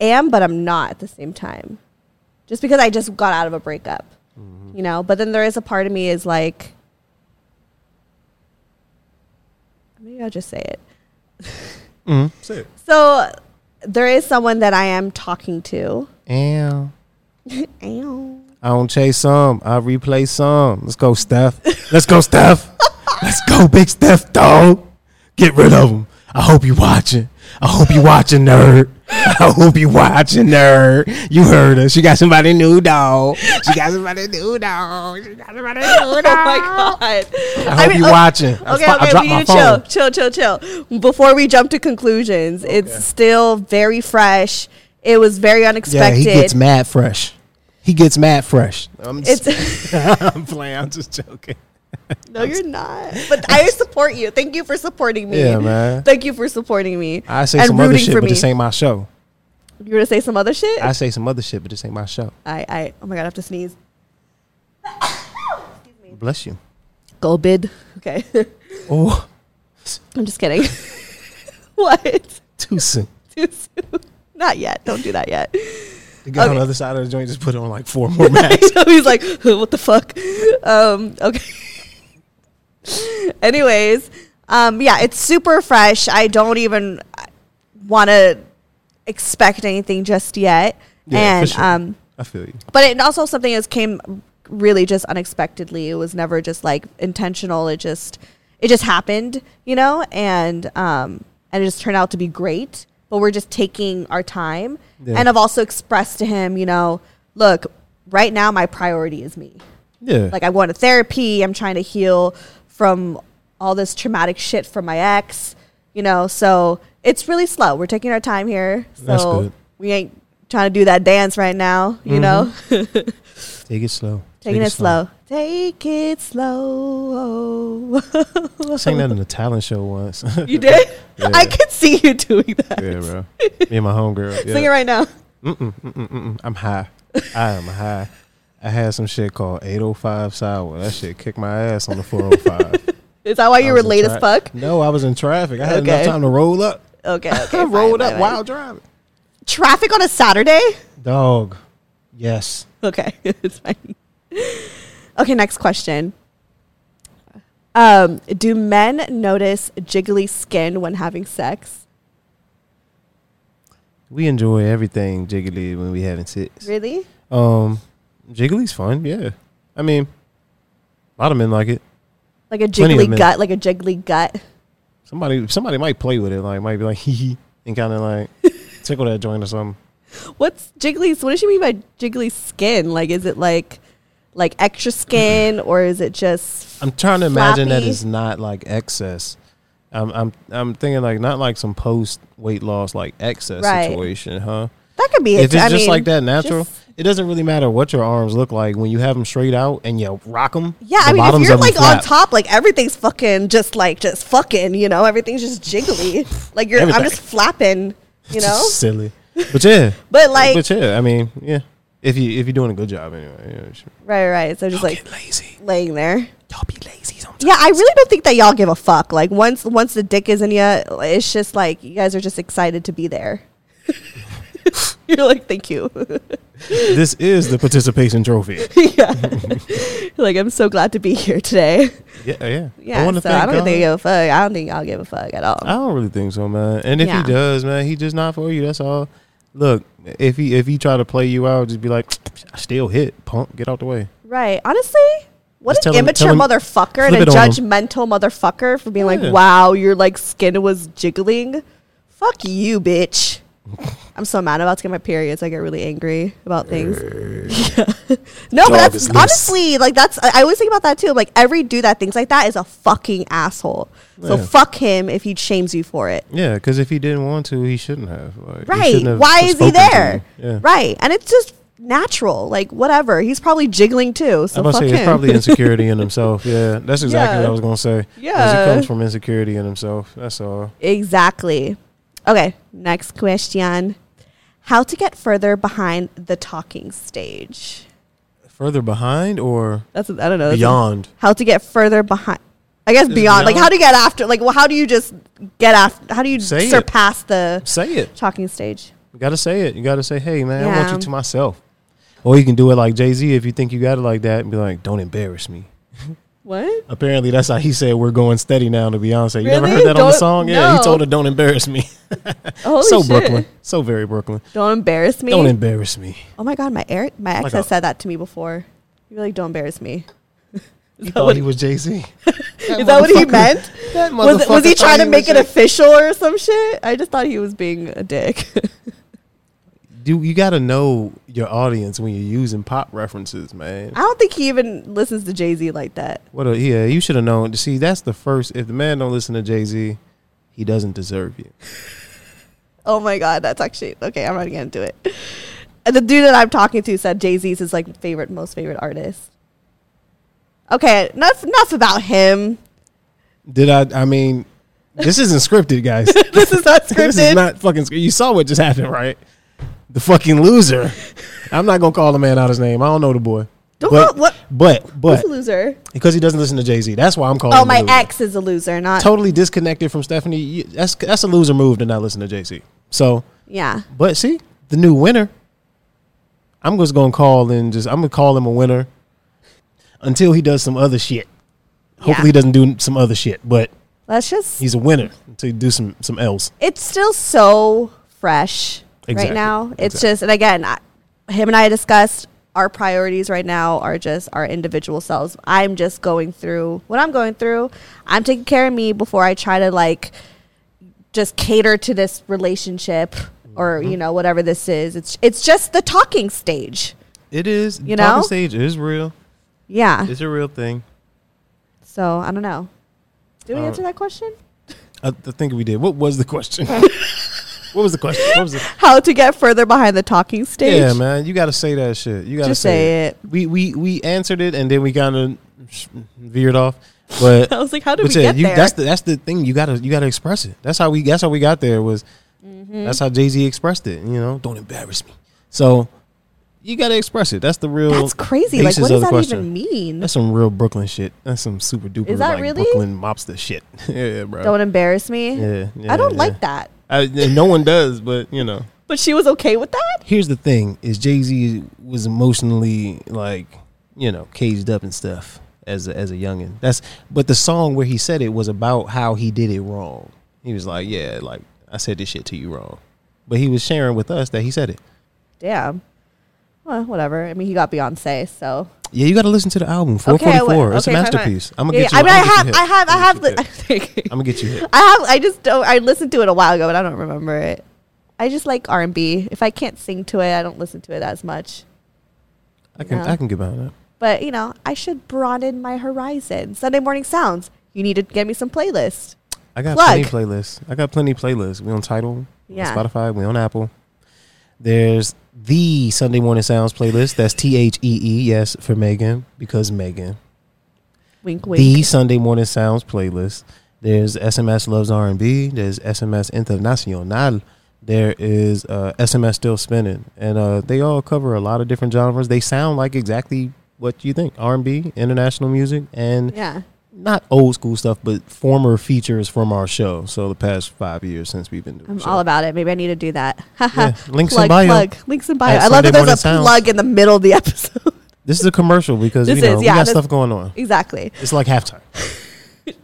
Speaker 2: am, but I'm not at the same time. Just because I just got out of a breakup,
Speaker 3: Mm-hmm.
Speaker 2: you know. But then there is a part of me is like, maybe I'll just say it. [LAUGHS]
Speaker 3: that's Mm-hmm. it.
Speaker 2: So there is someone that I am talking
Speaker 3: [LAUGHS]
Speaker 2: to.
Speaker 3: And
Speaker 2: Ow.
Speaker 3: I don't chase some. I replay some. Let's go, Steph. Let's go, Steph. Let's go, big Steph dog. Get rid of him. I hope you watching. I hope you watching, nerd. I hope you watching, nerd. You heard her. She got somebody new, dog. She got somebody new, dog. She got somebody new, dog.
Speaker 2: Oh my god!
Speaker 3: I hope you
Speaker 2: okay-
Speaker 3: watching. I
Speaker 2: oh, Okay,
Speaker 3: fu- I
Speaker 2: okay,
Speaker 3: dropped
Speaker 2: we
Speaker 3: my
Speaker 2: need
Speaker 3: phone.
Speaker 2: to chill, chill, chill, chill. Before we jump to conclusions, it's still very fresh. It was very
Speaker 3: Yeah,
Speaker 2: unexpected.
Speaker 3: he gets mad fresh. He gets mad fresh. I'm just [LAUGHS]
Speaker 2: it's [LAUGHS]
Speaker 3: I'm playing. I'm just joking.
Speaker 2: no, you're not. But I support you. Thank you for supporting me.
Speaker 3: Yeah, man.
Speaker 2: Thank you for supporting me.
Speaker 3: I say
Speaker 2: and
Speaker 3: some other
Speaker 2: rooting
Speaker 3: shit,
Speaker 2: for
Speaker 3: but
Speaker 2: me.
Speaker 3: this ain't my show.
Speaker 2: You're gonna say some other shit.
Speaker 3: I
Speaker 2: I,
Speaker 3: say some other shit, but this ain't my show.
Speaker 2: I, oh my god, I have to sneeze.
Speaker 3: Bless you.
Speaker 2: Gobid. Okay. [LAUGHS]
Speaker 3: Oh, [LAUGHS]
Speaker 2: I'm just kidding. [LAUGHS] what? [LAUGHS]
Speaker 3: too soon.
Speaker 2: Too soon. Not yet. Don't do that yet.
Speaker 3: The guy on
Speaker 2: Okay.
Speaker 3: the other side of the joint just put on like four more max.
Speaker 2: [LAUGHS] so he's
Speaker 3: [LAUGHS]
Speaker 2: like, "Huh, what the fuck? Um, okay. Anyways, um, yeah, it's super fresh. I don't even want to expect anything just yet.
Speaker 3: Yeah, for
Speaker 2: and
Speaker 3: sure.
Speaker 2: um,
Speaker 3: I feel you.
Speaker 2: but it also something that came really just unexpectedly. It was never just like intentional. It just it just happened, you know, and um, and it just turned out to be great. But we're just taking our time,
Speaker 3: Yeah.
Speaker 2: and I've also expressed to him, you know, look, right now my priority is me.
Speaker 3: Yeah.
Speaker 2: Like I'm going to therapy. I'm trying to heal from all this traumatic shit from my ex. You know, so it's really slow. We're taking our time here. So
Speaker 3: That's good. Mm-hmm.
Speaker 2: we ain't trying to do that dance right now. You know,
Speaker 3: Take it slow.
Speaker 2: taking it slow. Take it slow.
Speaker 3: I sang that in a talent show [LAUGHS] once.
Speaker 2: [LAUGHS] you did?
Speaker 3: Yeah.
Speaker 2: I could see you doing that.
Speaker 3: yeah, bro. Me and
Speaker 2: [LAUGHS]
Speaker 3: my homegirl. Yeah.
Speaker 2: Sing it right now.
Speaker 3: Mm-mm, mm-mm, mm-mm. I'm high. I am high. I had some shit called 805 Sour. That shit kicked my ass on the 405.
Speaker 2: Is that why
Speaker 3: I
Speaker 2: [LAUGHS] you
Speaker 3: was
Speaker 2: were
Speaker 3: in
Speaker 2: late as
Speaker 3: tra- [LAUGHS]
Speaker 2: fuck?
Speaker 3: No, I was in traffic. I had enough
Speaker 2: Okay.
Speaker 3: time to roll up.
Speaker 2: Okay. okay
Speaker 3: I
Speaker 2: fine,
Speaker 3: rolled
Speaker 2: fine,
Speaker 3: up
Speaker 2: fine.
Speaker 3: while driving.
Speaker 2: Traffic on a Saturday?
Speaker 3: Dog. Yes.
Speaker 2: Okay, [LAUGHS] it's fine. Okay, next question. Um, do men notice jiggly skin when having sex?
Speaker 3: We enjoy everything jiggly when we having sex.
Speaker 2: Really?
Speaker 3: Um, jiggly's fun. Yeah. I mean, a lot of men like it.
Speaker 2: Like a
Speaker 3: Plenty of
Speaker 2: jiggly
Speaker 3: men.
Speaker 2: gut, like a jiggly gut.
Speaker 3: Somebody, somebody might play with it. Like, might be like, [LAUGHS] hee hee, and kind of
Speaker 2: [LAUGHS]
Speaker 3: like tickle that joint or something.
Speaker 2: What's jiggly? What does she mean by jiggly skin? Like, is it like, like extra skin,
Speaker 3: [LAUGHS]
Speaker 2: or is it just?
Speaker 3: I'm trying to imagine that
Speaker 2: Floppy.
Speaker 3: it's not like excess. I'm I'm I'm thinking like not like some post weight loss like excess
Speaker 2: Right.
Speaker 3: situation, huh?
Speaker 2: That could be.
Speaker 3: if
Speaker 2: it.
Speaker 3: it's
Speaker 2: I
Speaker 3: just
Speaker 2: mean,
Speaker 3: like that natural,
Speaker 2: just-
Speaker 3: it doesn't really matter what your arms look like when you have them straight out and you rock them.
Speaker 2: yeah, I mean, if you're like on top, like everything's fucking just like just fucking, you know, everything's just
Speaker 3: [LAUGHS]
Speaker 2: jiggly. like you're, I'm
Speaker 3: Everything.
Speaker 2: just flapping, you know.
Speaker 3: [LAUGHS] silly. But yeah,
Speaker 2: [LAUGHS] But like,
Speaker 3: but yeah, I mean, yeah. If you if you're doing a good job anyway, yeah, you should-
Speaker 2: Right, right. So just like
Speaker 3: lazy.
Speaker 2: laying there.
Speaker 3: Y'all be lazy sometimes.
Speaker 2: Yeah, I really don't think that y'all give a fuck. Like once once the dick is in you, it's just like you guys are just excited to be there. [LAUGHS] You're like, thank you.
Speaker 3: This is the participation
Speaker 2: [LAUGHS]
Speaker 3: trophy.
Speaker 2: yeah. [LAUGHS] like I'm so glad to be here today.
Speaker 3: Yeah, yeah.
Speaker 2: Yeah.
Speaker 3: wanna
Speaker 2: so I don't
Speaker 3: God.
Speaker 2: think they give a fuck. I don't think y'all give a fuck at all.
Speaker 3: I don't really think so, man. And if
Speaker 2: Yeah.
Speaker 3: he does, man, he just not for you. That's all. Look, if he if he try to play you out, just be like, I still hit, punk. Get out the way.
Speaker 2: Right. Honestly, what
Speaker 3: Just
Speaker 2: an
Speaker 3: tell 'em-
Speaker 2: immature
Speaker 3: tell 'em-
Speaker 2: motherfucker and a
Speaker 3: flip it on 'em.
Speaker 2: judgmental motherfucker for being
Speaker 3: Yeah.
Speaker 2: like, wow, your like skin was jiggling. Fuck you, bitch.
Speaker 3: [LAUGHS]
Speaker 2: I'm so mad. I'm about to get my periods. I get really angry about things. Yeah. [LAUGHS] no,
Speaker 3: Dog
Speaker 2: but
Speaker 3: is
Speaker 2: that's
Speaker 3: loose.
Speaker 2: honestly like that's. I I always think about that too. I'm like every dude that thinks like that is a fucking asshole. So
Speaker 3: Yeah.
Speaker 2: fuck him if he shames you for it.
Speaker 3: Yeah, because if he didn't want to, he shouldn't have. Like, he
Speaker 2: Right.
Speaker 3: shouldn't have
Speaker 2: Why is he
Speaker 3: spoken to
Speaker 2: there?
Speaker 3: you. Yeah.
Speaker 2: Right. And it's just natural. Like whatever. He's probably jiggling too. So
Speaker 3: I'm about
Speaker 2: fuck
Speaker 3: to say
Speaker 2: him.
Speaker 3: it's probably insecurity
Speaker 2: [LAUGHS]
Speaker 3: in himself. Yeah, that's exactly
Speaker 2: Yeah.
Speaker 3: what I was gonna say. 'Cause
Speaker 2: Yeah.
Speaker 3: it comes from insecurity in himself. That's all.
Speaker 2: Exactly. Okay, next question. How to get further behind the talking stage?
Speaker 3: Further behind or
Speaker 2: That's I don't know. that's-
Speaker 3: beyond?
Speaker 2: how to get further behind. I guess beyond, like
Speaker 3: beyond-
Speaker 2: how to get after, like well, how do you just get after? How do you
Speaker 3: Say it.
Speaker 2: surpass the
Speaker 3: Say it.
Speaker 2: talking stage?
Speaker 3: You gotta say it. You gotta say, hey man, I want
Speaker 2: Yeah.
Speaker 3: you to myself. Or you can do it like Jay Z if you think you got it like that and be like, don't embarrass me.
Speaker 2: What?
Speaker 3: Apparently, that's how he said we're going steady now to Beyonce. You never
Speaker 2: Really?
Speaker 3: heard that on the
Speaker 2: Don't-
Speaker 3: song? Yeah,
Speaker 2: no.
Speaker 3: he told her, "Don't embarrass me."
Speaker 2: Holy
Speaker 3: so
Speaker 2: shit!
Speaker 3: Brooklyn, so very Brooklyn.
Speaker 2: Don't embarrass me.
Speaker 3: Don't embarrass me.
Speaker 2: oh my god, my Eric, my ex
Speaker 3: Like
Speaker 2: has
Speaker 3: a-
Speaker 2: said that to me before. You really don't embarrass me. [LAUGHS]
Speaker 3: He
Speaker 2: that
Speaker 3: thought
Speaker 2: what-
Speaker 3: he was Jay Z.
Speaker 2: [LAUGHS] Is that what he meant?
Speaker 3: That
Speaker 2: Was, was he trying
Speaker 3: motherfucker thought
Speaker 2: to
Speaker 3: he
Speaker 2: make
Speaker 3: was
Speaker 2: it
Speaker 3: Jay-
Speaker 2: official or some shit? I just thought he was being a dick. [LAUGHS]
Speaker 3: Do you got to know your audience when you're using pop references, man?
Speaker 2: I don't think he even listens to Jay Z like that.
Speaker 3: What? A, yeah, you should have known. See, that's the first. If the man don't listen to Jay Z, he doesn't deserve you.
Speaker 2: Oh my god, that's actually okay. I'm not gonna do it. And the dude that I'm talking to said Jay Z's his like favorite, most favorite artist. Okay, enough enough about him. [LAUGHS]
Speaker 3: Did I? I mean, this isn't scripted,
Speaker 2: [LAUGHS]
Speaker 3: guys.
Speaker 2: This is not
Speaker 3: [LAUGHS] This is
Speaker 2: scripted.
Speaker 3: not fucking. sc- You saw what just happened, right? The fucking loser. I'm not gonna call the man out his name. I don't know the boy.
Speaker 2: Don't
Speaker 3: but,
Speaker 2: call- what-
Speaker 3: But
Speaker 2: Who's
Speaker 3: but
Speaker 2: a loser?
Speaker 3: because he doesn't listen to Jay Z, that's why I'm calling.
Speaker 2: Oh,
Speaker 3: him a
Speaker 2: my
Speaker 3: loser.
Speaker 2: ex is a loser, not
Speaker 3: Totally disconnected from Stephanie. You- That's that's a loser move to not listen to Jay Z. So,
Speaker 2: yeah.
Speaker 3: but see the new winner. I'm just gonna call and just I'm gonna call him a winner until he does some other shit. Hopefully, he doesn't do some other shit, but
Speaker 2: Let's just.
Speaker 3: he's a winner until he do some some else.
Speaker 2: It's still so fresh right
Speaker 3: Exactly.
Speaker 2: now. It's
Speaker 3: Exactly.
Speaker 2: just, and again, I, him and I discussed our priorities right now are just our individual selves. I'm just going through what I'm going through. I'm taking care of me before I try to like just cater to this relationship or
Speaker 3: Mm-hmm.
Speaker 2: you know whatever this is. It's it's just the talking stage.
Speaker 5: It is.
Speaker 2: You
Speaker 5: talking
Speaker 2: know?
Speaker 5: stage is real.
Speaker 2: Yeah.
Speaker 5: It's a real thing.
Speaker 2: So I don't know. Did we
Speaker 5: Uh,
Speaker 2: answer that question?
Speaker 3: I, I think we did. What was
Speaker 2: [LAUGHS]
Speaker 3: the question? what was the question? What was the
Speaker 2: How to get further behind the talking stage?
Speaker 3: Yeah, man, you got to say that shit. You got to
Speaker 2: Just
Speaker 3: say,
Speaker 2: say
Speaker 3: it. We we we answered it and then we kind of veered off,
Speaker 2: [LAUGHS]
Speaker 3: but
Speaker 2: I was like, how did
Speaker 3: but
Speaker 2: we
Speaker 3: yeah,
Speaker 2: get
Speaker 3: you,
Speaker 2: there?
Speaker 3: that's the that's the thing. You gotta you gotta express it. That's how we that's how we got there was.
Speaker 2: Mm-hmm.
Speaker 3: That's how Jay Z expressed it. You know, don't embarrass me. So you gotta express it. That's the real.
Speaker 2: That's crazy. Like,
Speaker 3: basis
Speaker 2: what
Speaker 3: of
Speaker 2: does
Speaker 3: the
Speaker 2: that
Speaker 3: question.
Speaker 2: even mean?
Speaker 3: That's some real Brooklyn shit. That's some super duper
Speaker 2: Is that
Speaker 3: like
Speaker 2: really?
Speaker 3: Brooklyn mobster shit. [LAUGHS] yeah, bro.
Speaker 2: Don't embarrass me.
Speaker 3: Yeah, yeah,
Speaker 2: I don't
Speaker 3: yeah.
Speaker 2: like that.
Speaker 3: I, no one does, but you know.
Speaker 2: But she was okay with that?
Speaker 3: here's the thing is jay-z was emotionally like you know caged up and stuff as a, as a youngin that's but the song where he said it was about how he did it wrong he was like yeah like i said this shit to you wrong but he was sharing with us that he said it
Speaker 2: Damn. Well, whatever. I mean, he got Beyonce, so.
Speaker 3: yeah you got to listen to the album
Speaker 2: Okay, I
Speaker 3: 444
Speaker 2: would-
Speaker 3: it's a
Speaker 2: okay, fine, fine.
Speaker 3: masterpiece i'm gonna
Speaker 2: Yeah,
Speaker 3: get you
Speaker 2: I mean, I
Speaker 3: I'm
Speaker 2: have,
Speaker 3: gonna
Speaker 2: I have, I have, li-
Speaker 3: get you
Speaker 2: [LAUGHS]
Speaker 3: hit. i'm gonna get you hit
Speaker 2: I have, I just don't, I listened to it a while ago, but I don't remember it. I just like R&B. If I can't sing to it, I don't listen to it as much.
Speaker 3: i can
Speaker 2: Yeah.
Speaker 3: i can get behind that
Speaker 2: But, you know, I should broaden my horizon. Sunday Morning Sounds. You need to get me some playlist.
Speaker 3: I got
Speaker 2: Plug.
Speaker 3: plenty playlists. I got plenty playlists. We on Title,
Speaker 2: Yeah.
Speaker 3: on Spotify, we on Apple. There's the Sunday Morning Sounds playlist. That's T H E E. Yes, for Megan because Megan.
Speaker 2: Wink,
Speaker 3: The
Speaker 2: wink.
Speaker 3: Sunday Morning Sounds playlist. There's SMS Loves R and B. There's SMS Internacional. There is uh, SMS Still Spinning, and uh, they all cover a lot of different genres. They sound like exactly what you think: R and B, international music, and
Speaker 2: yeah.
Speaker 3: not old school stuff, but former features from our show. So the past five years since we've been doing.
Speaker 2: I'm
Speaker 3: the
Speaker 2: all
Speaker 3: show.
Speaker 2: about it. Maybe I need to do that. [LAUGHS]
Speaker 3: Yeah, links in
Speaker 2: plug,
Speaker 3: bio.
Speaker 2: Plug. Links in bio.
Speaker 3: At
Speaker 2: I love
Speaker 3: Sunday
Speaker 2: that there's
Speaker 3: Morning
Speaker 2: a
Speaker 3: Sounds.
Speaker 2: plug in the middle of the [LAUGHS] episode.
Speaker 3: This is a commercial because
Speaker 2: This
Speaker 3: you know
Speaker 2: is,
Speaker 3: we
Speaker 2: yeah,
Speaker 3: got
Speaker 2: this-
Speaker 3: stuff going on.
Speaker 2: exactly.
Speaker 3: It's like halftime.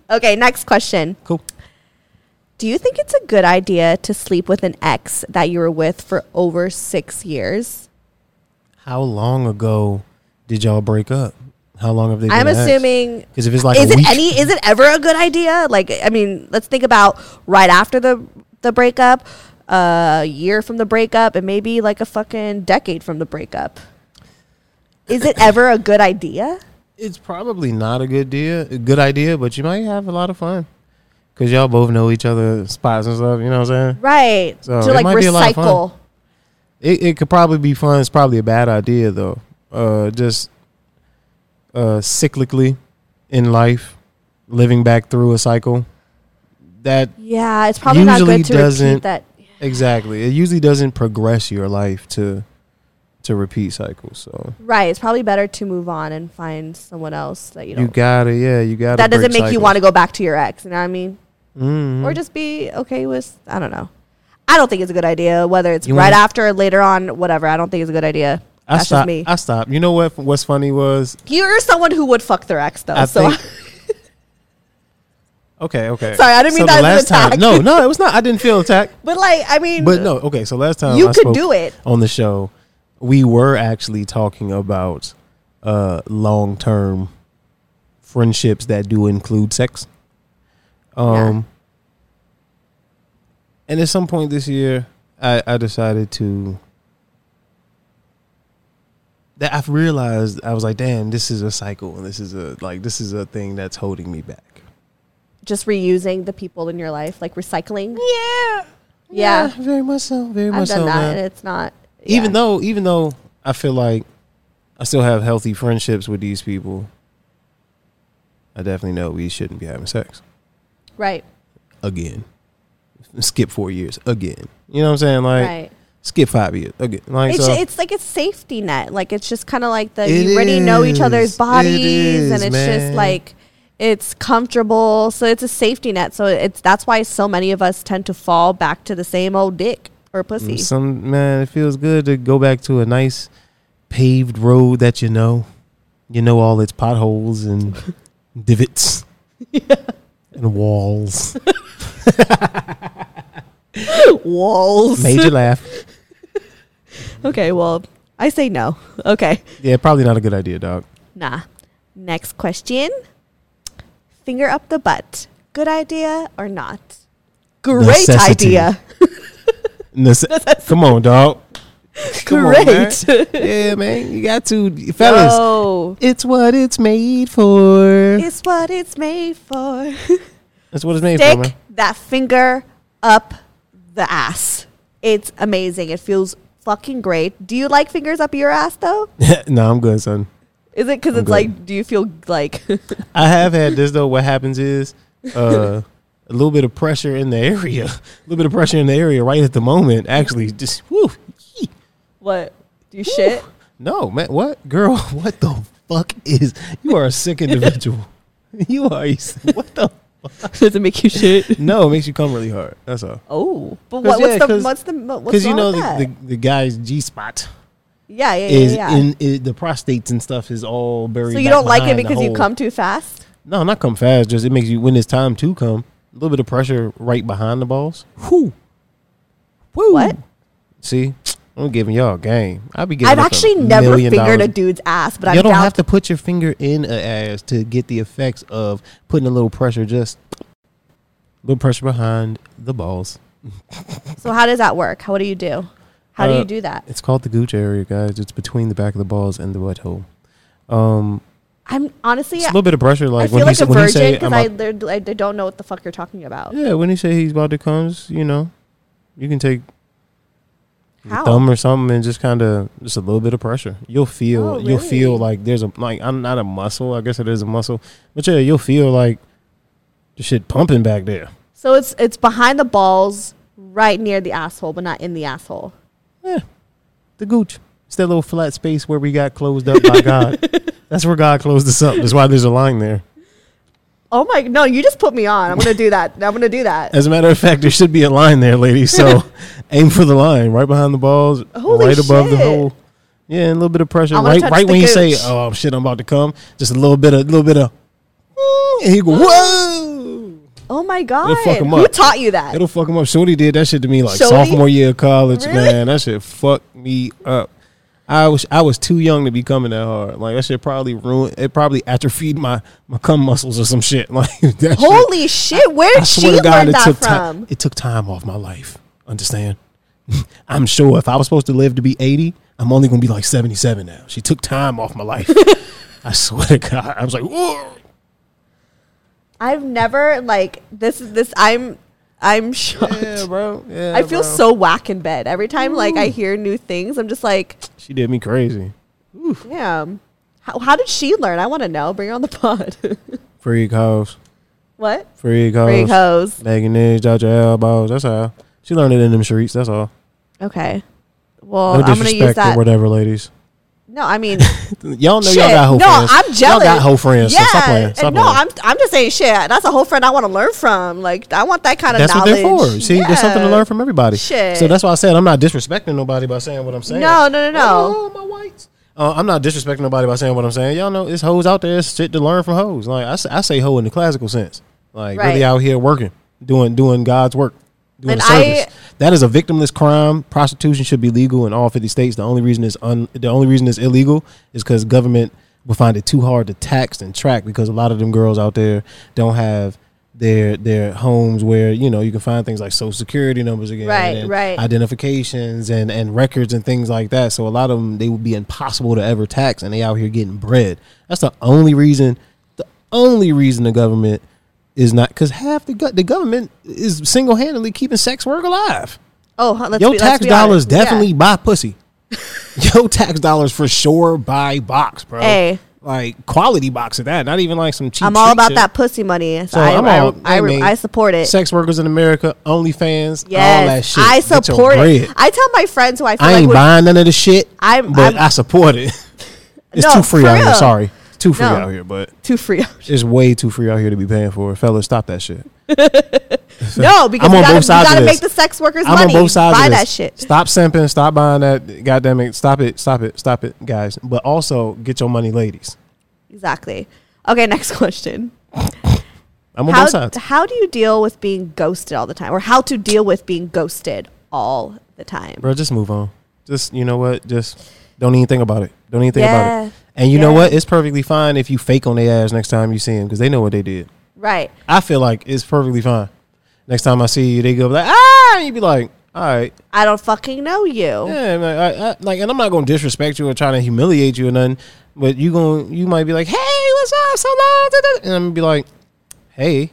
Speaker 2: Okay, next question.
Speaker 3: Cool.
Speaker 2: Do you think it's a good idea to sleep with an ex that you were with for over six years?
Speaker 3: How long ago did y'all break up? How long have they?
Speaker 2: I'm
Speaker 3: been ex?
Speaker 2: assuming.
Speaker 3: 'Cause if it's like a
Speaker 2: is it
Speaker 3: week-
Speaker 2: any? Is it ever a good idea? Like, I mean, let's think about right after the the breakup, a year from the breakup, and maybe like a fucking decade from the breakup. Is it ever a good idea?
Speaker 3: It's probably not a good idea. A good idea, but you might have a lot of fun because y'all both know each other spots and stuff. You know what I'm saying?
Speaker 2: Right.
Speaker 3: So
Speaker 2: to
Speaker 3: it
Speaker 2: like
Speaker 3: might be a lot of fun.
Speaker 2: recycle.
Speaker 3: It, it could probably be fun. It's probably a bad idea though. Uh, just uh, cyclically in life, living back through a cycle. That
Speaker 2: Yeah, it's probably not
Speaker 3: usually
Speaker 2: good to
Speaker 3: doesn't-
Speaker 2: repeat that.
Speaker 3: Exactly. It usually doesn't progress your life to to repeat cycles. So
Speaker 2: Right, it's probably better to move on and find someone else that you
Speaker 3: you,
Speaker 2: don't.
Speaker 3: gotta, yeah, you gotta.
Speaker 2: that doesn't make you want to go back to your ex. You know what I mean?
Speaker 3: hmm
Speaker 2: Or just be okay with. I don't know. I don't think it's a good idea. Whether it's
Speaker 3: You
Speaker 2: right
Speaker 3: wanna-
Speaker 2: after or later on, whatever. I don't think it's a good idea.
Speaker 3: I
Speaker 2: That's
Speaker 3: stopped.
Speaker 2: just me.
Speaker 3: I stopped. You know what? What's funny was
Speaker 2: You're someone who would fuck their ex though.
Speaker 3: I
Speaker 2: so
Speaker 3: think. okay. Okay.
Speaker 2: Sorry, I didn't mean
Speaker 3: the
Speaker 2: that as an
Speaker 3: last
Speaker 2: attack. [LAUGHS]
Speaker 3: time. No, no, it was not. I didn't feel attacked.
Speaker 2: [LAUGHS] but like, I mean,
Speaker 3: But no, okay. So last time
Speaker 2: You
Speaker 3: I
Speaker 2: could
Speaker 3: spoke
Speaker 2: do it.
Speaker 3: on the show, we were actually talking about uh, long term friendships that do include sex. Um, and at some point this year, I, I decided to that I've realized I was like, damn, this is a cycle, and this is a like this is a thing that's holding me back.
Speaker 2: just reusing the people in your life, like recycling.
Speaker 3: Yeah.
Speaker 2: Yeah.
Speaker 3: very much so. Very much
Speaker 2: I've done
Speaker 3: so.
Speaker 2: that,
Speaker 3: man
Speaker 2: and it's not.
Speaker 3: even
Speaker 2: yeah.
Speaker 3: though even though I feel like I still have healthy friendships with these people, I definitely know we shouldn't be having sex
Speaker 2: right,
Speaker 3: again. Skip four years again. You know what I'm saying? Like
Speaker 2: right.
Speaker 3: skip five years. Okay, like
Speaker 2: It's,
Speaker 3: so.
Speaker 2: it's like a safety net. Like it's just kind of like the
Speaker 5: It
Speaker 2: you already know each
Speaker 5: is.
Speaker 2: other's
Speaker 5: It
Speaker 2: bodies, and
Speaker 5: is,
Speaker 2: it's
Speaker 5: man.
Speaker 2: just like it's comfortable. So it's a safety net. So it's that's why so many of us tend to fall back to the same old dick or
Speaker 5: [LAUGHS]
Speaker 2: pussy.
Speaker 3: Some man, it feels good to go back to a nice paved road that you know. You know all its potholes and
Speaker 2: [LAUGHS]
Speaker 3: divots and
Speaker 2: [LAUGHS]
Speaker 3: walls.
Speaker 2: Walls.
Speaker 3: Made you laugh.
Speaker 2: [LAUGHS] Okay, well, I say no. Okay,
Speaker 3: Yeah, probably not a good idea, dog.
Speaker 2: nah. Next question. Finger up the butt. Good idea or not? Great
Speaker 3: Necessity.
Speaker 2: idea.
Speaker 3: [LAUGHS] Nece- come on, dog. Come on, man.
Speaker 2: Great.
Speaker 3: [LAUGHS] yeah, man, you got to, fellas.
Speaker 2: Oh,
Speaker 3: It's what it's made for.
Speaker 2: it's what it's made for.
Speaker 3: That's what it's made for, man.
Speaker 2: Stick that finger up the ass. It's amazing. It feels fucking great. Do you like fingers up your ass though?
Speaker 3: [LAUGHS] no, I'm good, son.
Speaker 2: Is it because
Speaker 3: I'm
Speaker 2: it's
Speaker 3: good.
Speaker 2: like? Do you feel like? [LAUGHS]
Speaker 3: I have had this though. What happens is uh, a little bit of pressure in the area, [LAUGHS] a little bit of pressure in the area right at the moment. Actually, just whew, yee.
Speaker 2: what? Do you
Speaker 3: [LAUGHS]
Speaker 2: shit?
Speaker 3: no, man, what girl? [LAUGHS] What the fuck is? You are a sick individual. [LAUGHS] you are. a sick- What the?
Speaker 2: Does it make you shit?
Speaker 3: No, it makes you come really hard. That's all.
Speaker 2: [LAUGHS] Oh, but what,
Speaker 3: 'Cause,
Speaker 2: what's
Speaker 3: yeah,
Speaker 2: the
Speaker 3: 'cause-
Speaker 2: what's the mo- what's
Speaker 3: Because you
Speaker 2: wrong
Speaker 3: know
Speaker 2: with that?
Speaker 3: the, the the guy's G spot
Speaker 2: yeah yeah yeah,
Speaker 3: is
Speaker 2: yeah.
Speaker 3: in i the prostates and stuff is all buried.
Speaker 2: so you
Speaker 3: back
Speaker 2: don't like it
Speaker 3: behind the
Speaker 2: because you
Speaker 3: hole.
Speaker 2: come too fast.
Speaker 3: No, not come fast. Just it makes you when it's time to come. A little bit of pressure right behind the balls. Whew. Woo.
Speaker 2: What?
Speaker 3: See, I'm giving y'all a game. I'll be giving.
Speaker 2: I've
Speaker 3: us a
Speaker 2: actually never
Speaker 3: million
Speaker 2: fingered a
Speaker 3: dollars.
Speaker 2: dude's ass, but
Speaker 3: You
Speaker 2: I've
Speaker 3: don't have
Speaker 2: doubt
Speaker 3: to put your finger in a ass to get the effects of putting a little pressure, just little pressure behind the balls.
Speaker 2: So how does that work? How what do you do? How do
Speaker 3: Uh,
Speaker 2: you do that?
Speaker 3: It's called the gooch area, guys. It's between the back of the balls and the butthole. Um,
Speaker 2: I'm honestly,
Speaker 3: it's a little bit of pressure,
Speaker 2: I
Speaker 3: like
Speaker 2: feel
Speaker 3: when,
Speaker 2: like
Speaker 3: he,
Speaker 2: a
Speaker 3: s- when he
Speaker 2: virgin
Speaker 3: say,
Speaker 2: because
Speaker 3: I'm
Speaker 2: I,
Speaker 3: a, Mm,
Speaker 2: learned- I don't know what the fuck you're talking about.
Speaker 3: "Yeah," when he say he's about to come, just, you know, you can take
Speaker 2: How?
Speaker 3: thumb or something and just kind of just a little bit of pressure. You'll feel
Speaker 2: Oh,
Speaker 3: you'll feel
Speaker 2: really?
Speaker 3: like there's a like I'm not a muscle. I guess it is a muscle, but yeah, you'll feel like the shit pumping back there.
Speaker 2: So it's it's behind the balls, right near the asshole, but not in the asshole.
Speaker 3: Yeah, the gooch. It's that little flat space where we got closed up
Speaker 2: [LAUGHS]
Speaker 3: by God. That's where God closed us up. That's why there's a line there.
Speaker 2: Oh my! No, you just put me on. I'm gonna do that. I'm gonna do
Speaker 3: [LAUGHS]
Speaker 2: that.
Speaker 3: As a matter of fact, there should be a line there, ladies.
Speaker 2: [LAUGHS]
Speaker 3: So aim for the line right behind the balls,
Speaker 2: Holy
Speaker 3: right above the
Speaker 2: shit.
Speaker 3: hole. Yeah, and a little bit of pressure.
Speaker 2: I wanna
Speaker 3: Right,
Speaker 2: touch
Speaker 3: right
Speaker 2: the
Speaker 3: when you say,
Speaker 2: gooch.
Speaker 3: "Oh shit, I'm about to come," just a little bit of, little bit of, "Mm," and he go, "Whoa!"
Speaker 2: Oh my god!
Speaker 3: It'll fuck 'em
Speaker 2: Who
Speaker 3: up.
Speaker 2: taught you that?
Speaker 3: It'll fuck him up. Shorty did that shit to me like
Speaker 2: Shorty?
Speaker 3: sophomore year of college.
Speaker 2: Really?
Speaker 3: Man, that shit fucked me up. I was I was too young to be coming that hard. Like that shit probably ruined. It probably atrophied my my cum muscles or some shit. [LAUGHS] Like that shit-
Speaker 2: Holy shit! Where
Speaker 3: I [LAUGHS]
Speaker 2: did she
Speaker 3: swear to
Speaker 2: learn
Speaker 3: God, it
Speaker 2: that
Speaker 3: took
Speaker 2: from?
Speaker 3: time. It took time off my life. Understand? [LAUGHS] I'm sure if I was supposed to live to be 80, I'm only gonna be like 77 now. She took time off my [LAUGHS] life. I swear to God, I was like, Whoa.
Speaker 2: I've never like this. This I'm I'm [LAUGHS] shocked.
Speaker 3: bro. Yeah,
Speaker 2: I feel so whack in bed every time. Like I hear new things, I'm just like,
Speaker 3: She did me crazy.
Speaker 2: damn. How, how did she learn? I want to know. Bring her on the [LAUGHS] pod.
Speaker 3: Free calls.
Speaker 2: what?
Speaker 3: Free calls.
Speaker 2: Free hose.
Speaker 3: Bagging edge out your elbows. That's how. She learned it in them streets. That's all.
Speaker 2: Okay. Well,
Speaker 3: No
Speaker 2: Oh, I'm gonna use
Speaker 3: disrespect or
Speaker 2: that.
Speaker 3: whatever, ladies.
Speaker 2: No, I
Speaker 3: [LAUGHS]
Speaker 2: mean,
Speaker 3: Y'all know
Speaker 2: shit.
Speaker 3: y'all got whole
Speaker 2: no,
Speaker 3: friends.
Speaker 2: I'm jealous.
Speaker 3: Y'all got whole friends.
Speaker 2: Yeah.
Speaker 3: So stop playing. Stop
Speaker 2: and no,
Speaker 3: playing.
Speaker 2: I'm I'm just saying shit. That's a whole friend I want to learn from. Like I want that kind of
Speaker 3: that's what
Speaker 2: knowledge.
Speaker 3: they're for. See, there's something to
Speaker 2: Yeah.
Speaker 3: learn from everybody.
Speaker 2: Shit.
Speaker 3: So that's why I said I'm not disrespecting nobody by saying what I'm saying.
Speaker 2: No, no, no, no.
Speaker 3: Oh, my whites. Uh, I'm not disrespecting nobody by saying what I'm saying. Y'all know it's hoes out there. It's shit to learn from hoes. Like I, s- I say, hoe in the classical sense. Like
Speaker 2: Right.
Speaker 3: really out here working, doing doing God's work, doing
Speaker 2: And
Speaker 3: a
Speaker 2: I-
Speaker 3: service. that is a victimless crime. Prostitution should be legal in all 50 states. The only reason it's un, the only reason it's illegal is because government will find it too hard to tax and track because a lot of them girls out there don't have their their homes where you know you can find things like social security numbers again
Speaker 2: Right,
Speaker 3: and
Speaker 2: right.
Speaker 3: identifications and and records and things like that so a lot of them they would be impossible to ever tax and they out here getting bread that's the only reason the only reason the government is not because half the, go- the government is single-handedly keeping sex work alive
Speaker 2: Oh, huh, let's
Speaker 3: your
Speaker 2: be, let's
Speaker 3: tax
Speaker 2: be
Speaker 3: dollars
Speaker 2: honest. Yeah. [LAUGHS]
Speaker 3: definitely buy pussy. Your tax dollars for sure buy box, bro.
Speaker 2: Hey,
Speaker 3: like quality box of that. Not even like some cheap.
Speaker 2: I'm all
Speaker 3: street
Speaker 2: about
Speaker 3: shit.
Speaker 2: that pussy money. So,
Speaker 3: So
Speaker 2: I,
Speaker 3: I'm
Speaker 2: I,
Speaker 3: all-
Speaker 2: I,
Speaker 3: I mean,
Speaker 2: I support it.
Speaker 3: Sex workers in America, OnlyFans, all that
Speaker 2: Yes,
Speaker 3: shit.
Speaker 2: I
Speaker 3: Get your
Speaker 2: support it.
Speaker 3: bread.
Speaker 2: I tell my friends who I feel
Speaker 3: I ain't
Speaker 2: like would-
Speaker 3: buying none of the shit.
Speaker 2: I'm-
Speaker 3: but
Speaker 2: I'm-
Speaker 3: i support it. [LAUGHS] It's
Speaker 2: No,
Speaker 3: too free
Speaker 2: for
Speaker 3: out here.
Speaker 2: real.
Speaker 3: Sorry, it's too free
Speaker 2: No.
Speaker 3: out here.
Speaker 2: [LAUGHS]
Speaker 3: But
Speaker 2: too
Speaker 3: [LAUGHS]
Speaker 2: free.
Speaker 3: it's way too free out here to be paying for. it. Fellas, stop that shit.
Speaker 2: no, because
Speaker 3: I'm
Speaker 2: you
Speaker 3: on
Speaker 2: gotta,
Speaker 3: both sides
Speaker 2: you
Speaker 3: of
Speaker 2: gotta make
Speaker 3: this.
Speaker 2: the sex workers
Speaker 3: I'm
Speaker 2: money.
Speaker 3: on both sides.
Speaker 2: Buy
Speaker 3: of this.
Speaker 2: that shit.
Speaker 3: Stop simping. Stop buying that. Goddamn it! Stop it! Stop it! Stop it, guys. But also get your money, ladies.
Speaker 2: Exactly. Okay, next [LAUGHS] question.
Speaker 3: I'm on both
Speaker 2: How,
Speaker 3: sides.
Speaker 2: how do you deal with being ghosted all the time, or how to deal with being ghosted all the time?
Speaker 3: bro. Just move on. Just you know what? Just don't even think about it. Don't even think about
Speaker 2: Yeah.
Speaker 3: it. And you know
Speaker 2: Yeah.
Speaker 3: what? It's perfectly fine if you fake on their ass next time you see them because they know what they did.
Speaker 2: Right.
Speaker 3: I feel like it's perfectly fine. Next time I see you, they go like ah, and you be like, all right,
Speaker 2: I don't fucking know you.
Speaker 3: yeah, and like, I, I, like, and I'm not gonna disrespect you or trying to humiliate you or nothing, but you going you might be like, hey, what's up? So long, da, da, da," and I'm gonna be like, hey,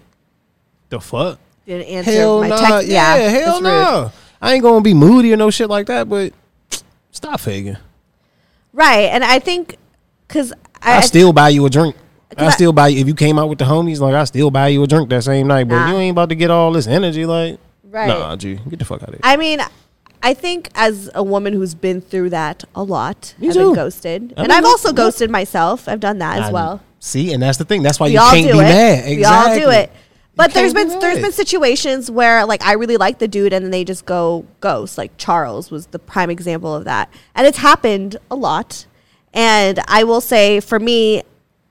Speaker 3: the fuck.
Speaker 2: Didn't answer
Speaker 3: Hell
Speaker 2: my
Speaker 3: no,
Speaker 2: text.
Speaker 3: Yeah,
Speaker 2: Yeah,
Speaker 3: hell
Speaker 2: it's
Speaker 3: no.
Speaker 2: rude.
Speaker 3: I ain't gonna be moody or no shit like that. But stop
Speaker 2: Uh,
Speaker 3: faking.
Speaker 2: Right, and I think because
Speaker 3: I,
Speaker 2: I,
Speaker 3: still buy you a drink. I
Speaker 2: I-
Speaker 3: still buy you if you came out with the homies. Like I still buy you a drink that same night. But
Speaker 2: Nah.
Speaker 3: you ain't about to get all this energy. Like
Speaker 2: Right.
Speaker 3: nah, G, get the fuck out of here.
Speaker 2: I mean, I think as a woman who's been through that a lot,
Speaker 3: Me
Speaker 2: I've been
Speaker 3: too.
Speaker 2: ghosted,
Speaker 3: I
Speaker 2: and
Speaker 3: mean,
Speaker 2: I've
Speaker 3: look-
Speaker 2: also
Speaker 3: look-
Speaker 2: ghosted myself. I've done that as
Speaker 3: And-
Speaker 2: well.
Speaker 3: See, and that's the thing. That's why
Speaker 2: We
Speaker 3: you
Speaker 2: all
Speaker 3: can't
Speaker 2: do
Speaker 3: be
Speaker 2: it.
Speaker 3: mad. Exactly.
Speaker 2: We all do it. But there's
Speaker 3: can't
Speaker 2: been
Speaker 3: be
Speaker 2: there's
Speaker 3: mad.
Speaker 2: been situations where like I really like the dude and then they just go ghost. Like Charles was the prime example of that, and it's happened a lot. And I will say for me,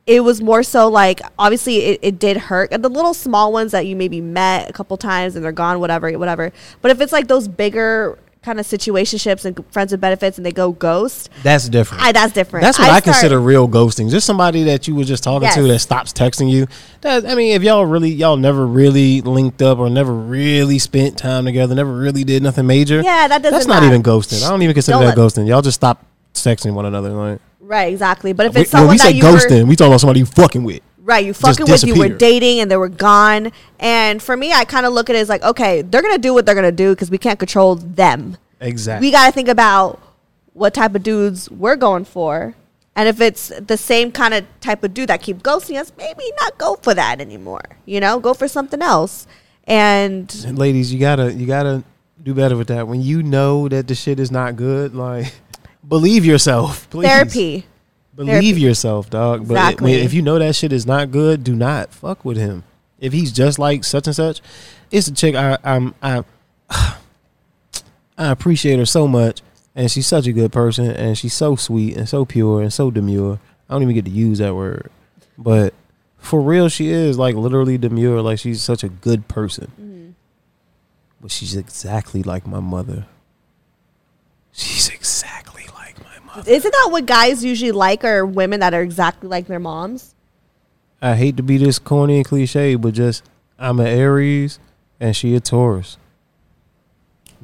Speaker 2: it was more so like obviously it, it did hurt. And the little small ones that you maybe met a couple times and they're gone, whatever, whatever. But if it's like those bigger kind of situationships and friends with benefits and they go ghost,
Speaker 3: That's different.
Speaker 2: I, that's different.
Speaker 3: That's what I,
Speaker 2: start-
Speaker 3: consider real ghosting. Just somebody that you were just talking to
Speaker 2: Yes.
Speaker 3: that stops texting you. That I mean, if y'all really y'all never really linked up or never really spent time together, never really did nothing major.
Speaker 2: Yeah, that doesn't
Speaker 3: That's not
Speaker 2: matter.
Speaker 3: even ghosting. I don't even consider
Speaker 2: Don't
Speaker 3: that ghosting. Y'all just stop texting one another. Like
Speaker 2: Right, exactly. But if
Speaker 3: we,
Speaker 2: it's
Speaker 3: when
Speaker 2: someone
Speaker 3: we
Speaker 2: that
Speaker 3: say
Speaker 2: you were-
Speaker 3: ghosting, we talk about somebody you fucking with.
Speaker 2: Right, you
Speaker 3: just
Speaker 2: fucking with you were
Speaker 3: disappear.
Speaker 2: dating and they were gone. And for me, I kind of look at it as like, okay, they're gonna do what they're gonna do because we can't control them.
Speaker 3: Exactly.
Speaker 2: We gotta think about what type of dudes we're going for, and if it's the same kind of type of dude that keep ghosting us, maybe not go for that anymore. You know, go for something else. And
Speaker 3: ladies, you gotta you gotta do better with that. When you know that the shit is not good, like believe yourself, please.
Speaker 2: therapy,
Speaker 3: Believe
Speaker 2: Therapy.
Speaker 3: yourself, dog. But
Speaker 2: Exactly.
Speaker 3: if you know that shit is not good, do not fuck with him. If he's just like such and such, it's a chick I I'm I [SIGHS] I appreciate her so much, and she's such a good person, and she's so sweet and so pure and so demure. I don't even get to use that word, but for real, she is like literally demure. Like she's such a good person,
Speaker 2: Mm.
Speaker 3: but she's exactly like my mother. She's exactly like my mother.
Speaker 2: isn't that what guys usually like, or women that are exactly like their moms?
Speaker 3: I hate to be this corny and cliche, but just I'm an Aries and she a Taurus.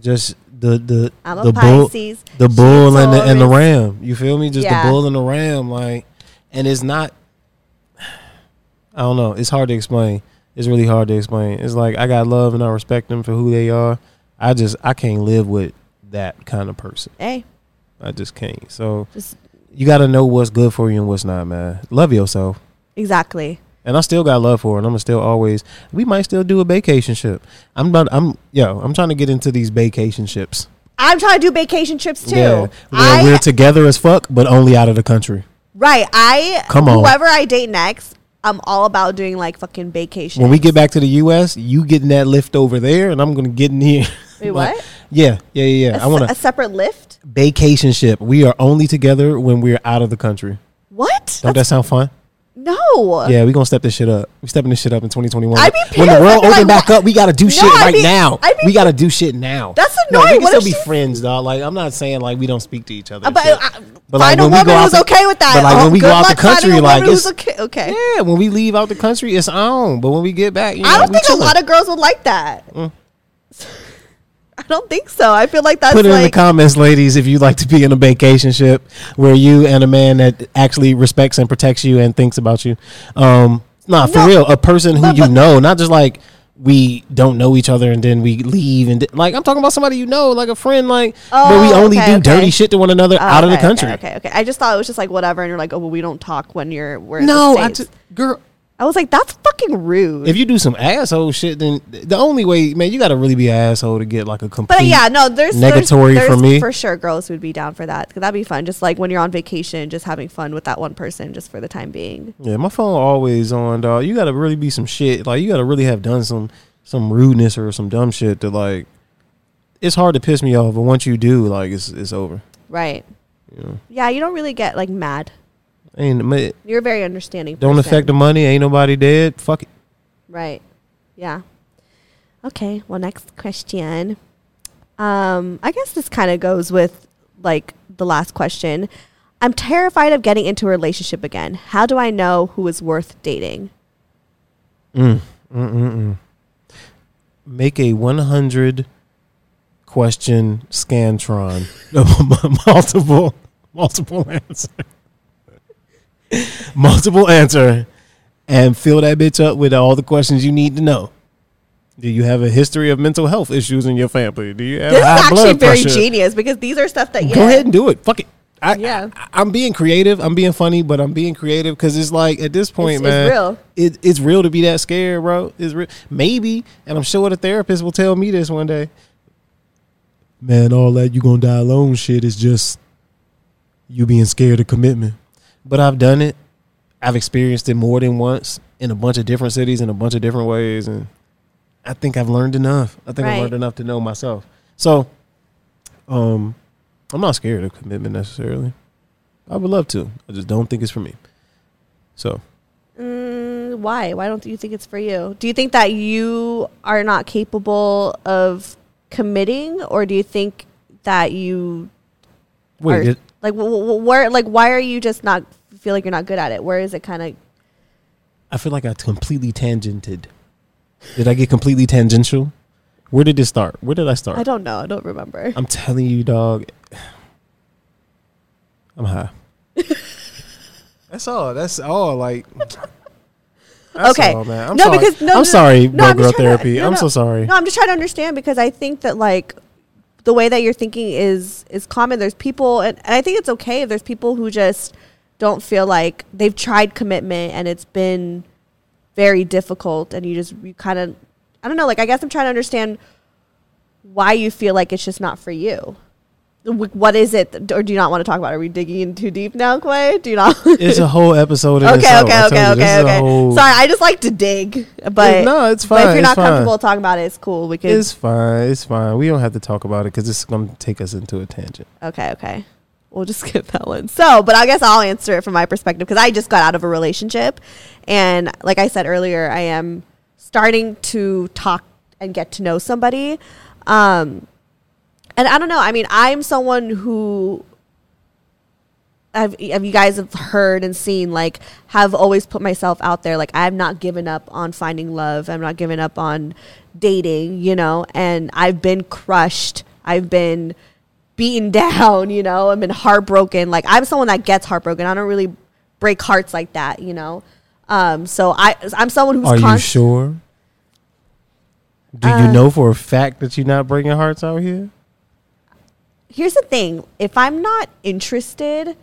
Speaker 3: Just the the
Speaker 2: I'm a
Speaker 3: the
Speaker 2: Pisces,
Speaker 3: bull, the
Speaker 2: she a
Speaker 3: bull and the and the
Speaker 2: Taurus.
Speaker 3: ram. You feel me? Just
Speaker 2: Yeah.
Speaker 3: the bull and the ram, like, and it's not. I don't know. It's hard to explain. It's really hard to explain. It's like I got love and I respect them for who they are. I just I can't live with that kind of person.
Speaker 2: Hey,
Speaker 3: I just can't. So
Speaker 2: just
Speaker 3: you got to know what's good for you and what's not, man. Love yourself.
Speaker 2: exactly.
Speaker 3: And I still got love for her, and I'm gonna still always. We might still do a vacation ship. I'm not. I'm yo. I'm trying to get into these vacation ships.
Speaker 2: I'm trying to do vacation trips too.
Speaker 3: where
Speaker 2: I
Speaker 3: we're together as fuck, but only out of the country.
Speaker 2: Right. I
Speaker 3: Come on.
Speaker 2: Whoever I date next, I'm all about doing like fucking vacation.
Speaker 3: When we get back to the U.S., you getting that lift over there, and I'm gonna get in here. [LAUGHS]
Speaker 2: Wait,
Speaker 3: Like,
Speaker 2: what?
Speaker 3: Yeah, yeah, yeah. yeah.
Speaker 2: a,
Speaker 3: I want
Speaker 2: se- a
Speaker 3: a
Speaker 2: separate lift.
Speaker 3: vacation ship. We are only together when we're out of the country.
Speaker 2: What?
Speaker 3: Don't that sound fun?
Speaker 2: no. Uh,
Speaker 3: Yeah, we gonna step this shit up. We stepping this shit up in 2021.
Speaker 2: I'd be
Speaker 3: when the
Speaker 2: pissed.
Speaker 3: world
Speaker 2: I'd be
Speaker 3: open
Speaker 2: like,
Speaker 3: back
Speaker 2: what?
Speaker 3: up, we gotta do
Speaker 2: No,
Speaker 3: shit
Speaker 2: I'd
Speaker 3: right
Speaker 2: be-
Speaker 3: now.
Speaker 2: I'd be
Speaker 3: we gotta do shit now.
Speaker 2: That's
Speaker 3: No, we
Speaker 2: annoying.
Speaker 3: can
Speaker 2: What
Speaker 3: still
Speaker 2: if
Speaker 3: be
Speaker 2: she- Uh,
Speaker 3: friends, dog. Like I'm not saying like we don't speak to each other. and
Speaker 2: But,
Speaker 3: shit.
Speaker 2: I- find a
Speaker 3: when we
Speaker 2: woman
Speaker 3: go out
Speaker 2: who's
Speaker 3: the-
Speaker 2: okay with that.
Speaker 3: But like
Speaker 2: Oh,
Speaker 3: when we go
Speaker 2: good
Speaker 3: out the
Speaker 2: luck finding
Speaker 3: country,
Speaker 2: a
Speaker 3: like
Speaker 2: woman who's
Speaker 3: it's
Speaker 2: okay. okay.
Speaker 3: yeah. When we leave out the country, it's on. But when we get back, you know,
Speaker 2: I don't
Speaker 3: we
Speaker 2: think
Speaker 3: chilling. Mm.
Speaker 2: a lot of girls would like that. [LAUGHS] I don't think so. I feel like that's
Speaker 3: Put it in the
Speaker 2: like
Speaker 3: comments, ladies, if you'd like to be in a vacation ship where you and a man that actually respects and protects you and thinks about you. Um, nah, for
Speaker 2: No.
Speaker 3: real, a person who
Speaker 2: But-
Speaker 3: you
Speaker 2: but-
Speaker 3: know, not just like we don't know each other and then we leave and like I'm talking about somebody you know, like a friend, like but we
Speaker 2: Oh,
Speaker 3: only
Speaker 2: okay,
Speaker 3: do dirty
Speaker 2: okay.
Speaker 3: shit to one another
Speaker 2: Oh,
Speaker 3: out of the
Speaker 2: okay, okay,
Speaker 3: country.
Speaker 2: Okay, okay, I just thought it was just like whatever, and you're like, oh, well, we don't talk when you're we're
Speaker 3: No,
Speaker 2: I
Speaker 3: I t- girl,
Speaker 2: was like, that's fucking rude.
Speaker 3: if you do some asshole shit, then the only way, man, you got to really be an asshole to get like a complete.
Speaker 2: but uh, yeah, no, there's there's-
Speaker 3: negatory
Speaker 2: there's,
Speaker 3: for me.
Speaker 2: for sure. Girls would be down for that 'cause that'd be fun. Just like when you're on vacation, just having fun with that one person, just for the time being.
Speaker 3: Yeah, my phone always on, dog. You got to really be some shit. Like you got to really have done some some rudeness or some dumb shit to like. It's hard to piss me off, but once you do, like it's it's over.
Speaker 2: Right.
Speaker 3: Yeah.
Speaker 2: Yeah, you don't really get like mad.
Speaker 3: Ain't ma-
Speaker 2: You're a very understanding.
Speaker 3: don't
Speaker 2: person.
Speaker 3: affect the money. Ain't nobody dead. Fuck it.
Speaker 2: Right. Yeah. Okay. Well, next question. Um, I guess this kind of goes with like the last question. I'm terrified of getting into a relationship again. How do I know who is worth dating?
Speaker 3: Mm. Mm-mm-mm. Make a 100 question [LAUGHS] scantron. multiple, multiple answer. [LAUGHS] multiple answer. And fill that bitch up with all the questions you need to know. Do you have a history of mental health issues in your family? Do you have
Speaker 2: This is
Speaker 3: high
Speaker 2: actually
Speaker 3: blood
Speaker 2: very
Speaker 3: pressure?
Speaker 2: genius because these are stuff that
Speaker 3: Go
Speaker 2: yeah.
Speaker 3: ahead and do it. Fuck it. I,
Speaker 2: Yeah.
Speaker 3: I, am being creative. I'm being funny, but I'm being creative because it's like at this point,
Speaker 2: It's- it's
Speaker 3: man,
Speaker 2: real.
Speaker 3: It, it's real to be that scared, bro. It's real. Maybe, and I'm sure the therapist will tell me this one day. Man, all that you gonna die alone shit is just you being scared of commitment. But I've done it. I've experienced it more than once in a bunch of different cities in a bunch of different ways, and I think I've learned enough. I think
Speaker 2: Right.
Speaker 3: I've learned enough to know myself. So, um, I'm not scared of commitment necessarily. I would love to. I just don't think it's for me. So
Speaker 2: Mm, why? Why don't you think it's for you? Do you think that you are not capable of committing, or do you think that you
Speaker 3: wait,
Speaker 2: are-
Speaker 3: did-
Speaker 2: like wh- wh- where like why are you just not feel like you're not good at it? Where is it kind of
Speaker 3: I feel like I completely tangented. Did I get completely tangential? Where did this start? Where did I start?
Speaker 2: I don't know. I don't remember.
Speaker 3: I'm telling you, dog. I'm high. [LAUGHS] that's all. That's all. Like. that's
Speaker 2: Okay.
Speaker 3: all, man. I'm
Speaker 2: No,
Speaker 3: sorry.
Speaker 2: because- no, no,
Speaker 3: I'm
Speaker 2: no,
Speaker 3: sorry, bro.
Speaker 2: I'm
Speaker 3: girl
Speaker 2: just trying to-
Speaker 3: therapy.
Speaker 2: no,
Speaker 3: I'm so sorry.
Speaker 2: No, I'm just trying to understand because I think that like the way that you're thinking is is common. There's people and, and I think it's okay if there's people who just don't feel like they've tried commitment and it's been very difficult and you just you kind of I don't know, like I guess I'm trying to understand why you feel like it's just not for you. Wh- What is it, that- or do you not want to talk about? it? Are we digging in too deep now, Clay? Do you not?
Speaker 3: It's a whole episode.
Speaker 2: [LAUGHS]
Speaker 3: In
Speaker 2: okay,
Speaker 3: itself. I
Speaker 2: okay,
Speaker 3: told
Speaker 2: okay,
Speaker 3: you, this
Speaker 2: okay,
Speaker 3: is a
Speaker 2: okay.
Speaker 3: whole-
Speaker 2: Sorry, I just like to dig, but
Speaker 3: no, it's
Speaker 2: But if you're
Speaker 3: fine, it's
Speaker 2: not
Speaker 3: fine.
Speaker 2: comfortable talking about it, it's cool. We could.
Speaker 3: It's fine. It's fine. We don't have to talk about it because it's going to take us into a tangent.
Speaker 2: okay, okay. We'll just [LAUGHS] skip that one. So, but I guess I'll answer it from my perspective because I just got out of a relationship, and like I said earlier, I am starting to talk and get to know somebody. Um, and I don't know. I mean, I'm someone who have, have you guys have heard and seen like have always put myself out there like i've not given up on finding love i'm not giving up on dating you know and i've been crushed i've been beaten [LAUGHS] down you know i've been heartbroken like i'm someone that gets heartbroken i don't really break hearts like that you know um so i i'm someone who's
Speaker 3: Are you
Speaker 2: const- Uh,
Speaker 3: sure? Do you know for a fact that you're not breaking hearts out here?
Speaker 2: here's the thing if i'm not interested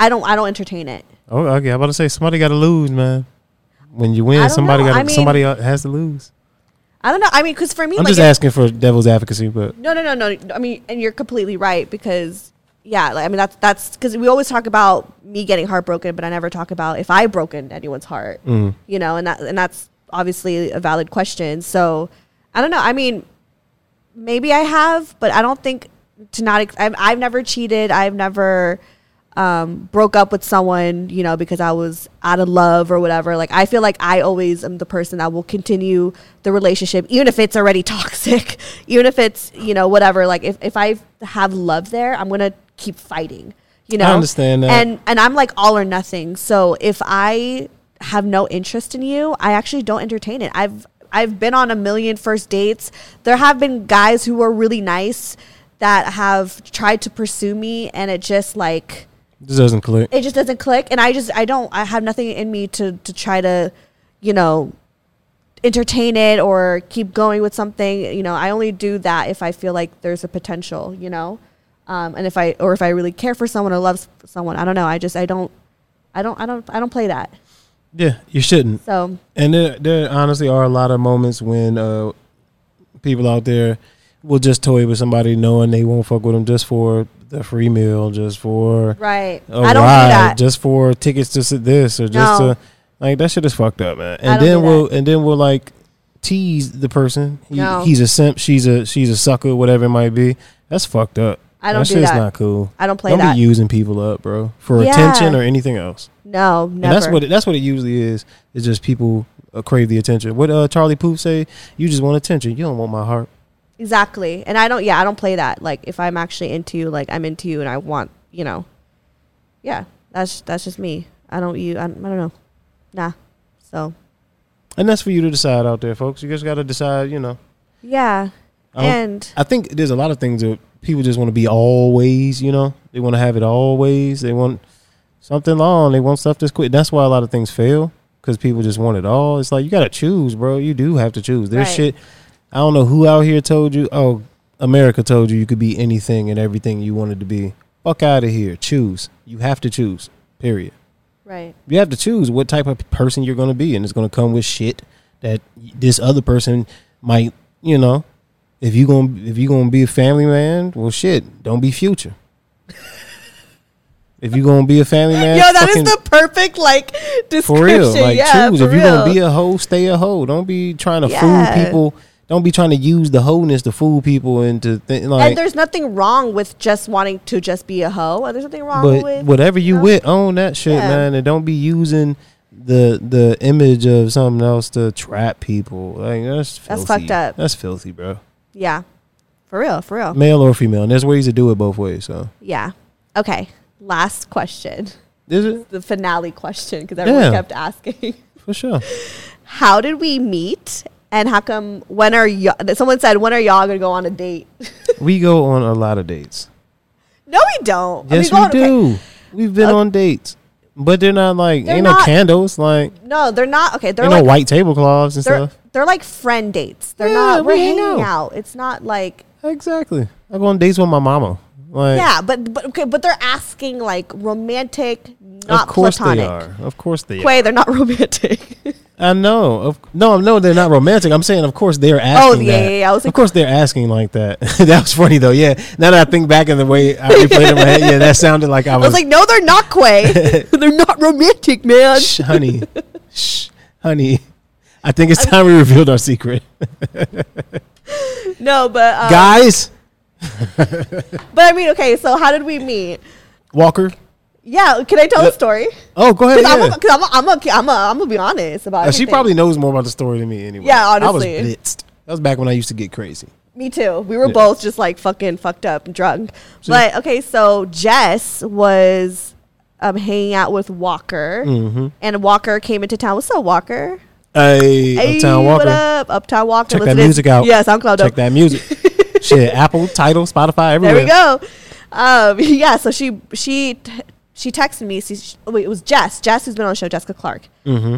Speaker 2: i don't i don't entertain it
Speaker 3: Oh, okay. I'm about to say somebody got to lose, man. When you
Speaker 2: I
Speaker 3: win,
Speaker 2: don't
Speaker 3: somebody
Speaker 2: know.
Speaker 3: got
Speaker 2: I mean-
Speaker 3: somebody uh, has to lose.
Speaker 2: i don't know i mean because for me
Speaker 3: I'm
Speaker 2: like
Speaker 3: just
Speaker 2: if-
Speaker 3: asking for devil's advocacy, but
Speaker 2: No, no, no, no. I mean, and you're completely right because yeah, like, I mean that's that's because we always talk about me getting heartbroken, but I never talk about if I broken anyone's heart,
Speaker 3: Mm-hmm.
Speaker 2: you know, and that and that's obviously a valid question. So I don't know. I mean, maybe I have, but I don't think to not. Ex- I've, I've never cheated. I've never um, broke up with someone, you know, because I was out of love or whatever. Like I feel like I always am the person that will continue the relationship, even if it's already [LAUGHS] toxic, even if it's you know whatever. Like if if I have love there, I'm gonna keep fighting. You know,
Speaker 3: understand that.
Speaker 2: And and I'm like all or nothing. So if I have no interest in you, I actually don't entertain it. I've I've been on a million first dates. There have been guys who were really nice that have tried to pursue me and it just like
Speaker 3: this doesn't click.
Speaker 2: it just doesn't click and I just I don't I have nothing in me to to try to, you know, entertain it or keep going with something. You know, I only do that if I feel like there's a potential, you know? Um, and if I, or if I really care for someone or love someone, I don't know. I just, I don't, I don't, I don't, I don't play that.
Speaker 3: Yeah, you shouldn't.
Speaker 2: So
Speaker 3: And there, there honestly are a lot of moments when uh, people out there will just toy with somebody knowing they won't fuck with them just for the free meal, just for
Speaker 2: right,
Speaker 3: a
Speaker 2: I don't
Speaker 3: ride,
Speaker 2: do that.
Speaker 3: Oh, just for tickets to sit this or just
Speaker 2: No.
Speaker 3: to like that shit is fucked up, man.
Speaker 2: I
Speaker 3: And
Speaker 2: don't
Speaker 3: then
Speaker 2: do that.
Speaker 3: we'll and then we'll like tease the person. He,
Speaker 2: No.
Speaker 3: He's a simp. She's a she's a sucker. Whatever it might be. That's fucked up.
Speaker 2: I don't
Speaker 3: that
Speaker 2: do
Speaker 3: shit's
Speaker 2: that.
Speaker 3: not cool.
Speaker 2: I don't play
Speaker 3: don't
Speaker 2: that.
Speaker 3: be using people up, bro, for
Speaker 2: Yeah.
Speaker 3: attention or anything else.
Speaker 2: no, never.
Speaker 3: And that's what it, that's what it usually is. It's just people uh, crave the attention. What uh, Charlie Pooh say? You just want attention. You don't want my heart.
Speaker 2: Exactly. And I don't, yeah, I don't play that. Like, if I'm actually into you, like, I'm into you and I want, you know, yeah, that's, that's just me. I don't, you, I, don't- I don't know. Nah. So,
Speaker 3: And that's for you to decide out there, folks. You just got to decide. You know,
Speaker 2: yeah.
Speaker 3: I don't-
Speaker 2: And
Speaker 3: I think there's a lot of things that people just want to be always. You know, they want to have it always. They want something long. They want stuff that's quick. That's why a lot of things fail because people just want it all. It's like you got to choose, bro. You do have to choose. There's
Speaker 2: Right.
Speaker 3: shit. I don't know who out here told you. Oh, America told you you could be anything and everything you wanted to be. Fuck out of here. Choose. You have to choose. Period.
Speaker 2: right.
Speaker 3: You have to choose what type of person you're going to be, and it's going to come with shit that this other person might, you know. If you gonna if you gonna be a family man, well, shit, don't be future. if you gonna be a family man,
Speaker 2: Yo, that is
Speaker 3: fucking-
Speaker 2: the perfect like description.
Speaker 3: for real. Like
Speaker 2: yeah,
Speaker 3: choose
Speaker 2: for
Speaker 3: if you're gonna
Speaker 2: real.
Speaker 3: be a hoe, stay a hoe. Don't be trying to
Speaker 2: Yeah.
Speaker 3: fool people. Don't be trying to use the wholeness to fool people into thi-
Speaker 2: and
Speaker 3: like.
Speaker 2: there's nothing wrong with just wanting to just be a hoe. There's nothing wrong
Speaker 3: But
Speaker 2: with
Speaker 3: whatever you
Speaker 2: know?
Speaker 3: with, own that shit,
Speaker 2: Yeah.
Speaker 3: man, and don't be using the the image of something else to trap people. Like that's
Speaker 2: That's
Speaker 3: filthy.
Speaker 2: fucked up.
Speaker 3: That's filthy, bro.
Speaker 2: Yeah. For real, for real.
Speaker 3: Male or female, and there's ways to do it both ways. So
Speaker 2: Yeah. Okay. Last question. [LAUGHS]
Speaker 3: is it
Speaker 2: The finale question because everyone
Speaker 3: Yeah.
Speaker 2: kept asking. [LAUGHS]
Speaker 3: for sure?
Speaker 2: How did we meet? And how come when are y'all someone said when are y'all gonna go on a date? [LAUGHS]
Speaker 3: we go on a lot of dates.
Speaker 2: no, we don't. I mean,
Speaker 3: Yes,
Speaker 2: go
Speaker 3: we
Speaker 2: on- okay.
Speaker 3: do. We've been
Speaker 2: Okay.
Speaker 3: on dates, but they're not like
Speaker 2: They're
Speaker 3: ain't
Speaker 2: not-
Speaker 3: no candles, like
Speaker 2: No, they're not okay, they're
Speaker 3: ain't
Speaker 2: like
Speaker 3: no white tablecloths and
Speaker 2: they're,
Speaker 3: stuff.
Speaker 2: they're like friend dates. They're
Speaker 3: Yeah,
Speaker 2: not
Speaker 3: we
Speaker 2: we're
Speaker 3: hang
Speaker 2: hanging out.
Speaker 3: out.
Speaker 2: It's not like
Speaker 3: Exactly. I go on dates with my mama. Like,
Speaker 2: yeah, but but okay, but they're asking like romantic, not
Speaker 3: of course
Speaker 2: platonic.
Speaker 3: they are. Of course they are.
Speaker 2: Quay, they're not [LAUGHS] romantic.
Speaker 3: I know. Of, no, no, they're not romantic. I'm saying, of course, they're asking.
Speaker 2: Oh, yeah,
Speaker 3: that.
Speaker 2: yeah, yeah. I was
Speaker 3: of
Speaker 2: like-
Speaker 3: course, they're asking like that. [LAUGHS] that was funny though. Yeah. Now that I think back in the way
Speaker 2: [LAUGHS]
Speaker 3: I replayed it in my head, yeah, that sounded like I
Speaker 2: I
Speaker 3: was,
Speaker 2: was like, no, they're not Quay. [LAUGHS]
Speaker 3: [LAUGHS]
Speaker 2: they're not romantic, man. [LAUGHS]
Speaker 3: "Shh, honey, shh, honey. I think it's time we revealed our secret,
Speaker 2: No, but um,
Speaker 3: guys.
Speaker 2: but I mean, okay. So how did we meet?
Speaker 3: Walker.
Speaker 2: Yeah, can I tell the story?
Speaker 3: Oh, go ahead.
Speaker 2: Because
Speaker 3: Yeah.
Speaker 2: I'm a, cause I'm a, I'm a, I'm a, I'm gonna be honest about.
Speaker 3: Uh, she
Speaker 2: everything.
Speaker 3: probably knows more about the story than me anyway.
Speaker 2: Yeah,
Speaker 3: I
Speaker 2: honestly.
Speaker 3: was blitzed. That was back when I used to get crazy.
Speaker 2: Me too. We were
Speaker 3: Yeah.
Speaker 2: both just like fucking fucked up and drunk. But okay, so Jess was um, hanging out with Walker,
Speaker 3: Mm-hmm.
Speaker 2: and Walker came into town. What's up, Walker?
Speaker 3: Hey, Uptown Walker.
Speaker 2: What up, Uptown Walker?
Speaker 3: Check
Speaker 2: Listen
Speaker 3: that
Speaker 2: in-
Speaker 3: music out.
Speaker 2: Yeah, SoundCloud.
Speaker 3: Check
Speaker 2: up. [LAUGHS]
Speaker 3: that music. Shit, Apple, Title, Spotify,
Speaker 2: There
Speaker 3: everywhere.
Speaker 2: we go. Um, [LAUGHS] yeah, so she she t- she texted me. She, she, wait, it was Jess. Jess who's been on the show, Jessica Clark. Mm-hmm.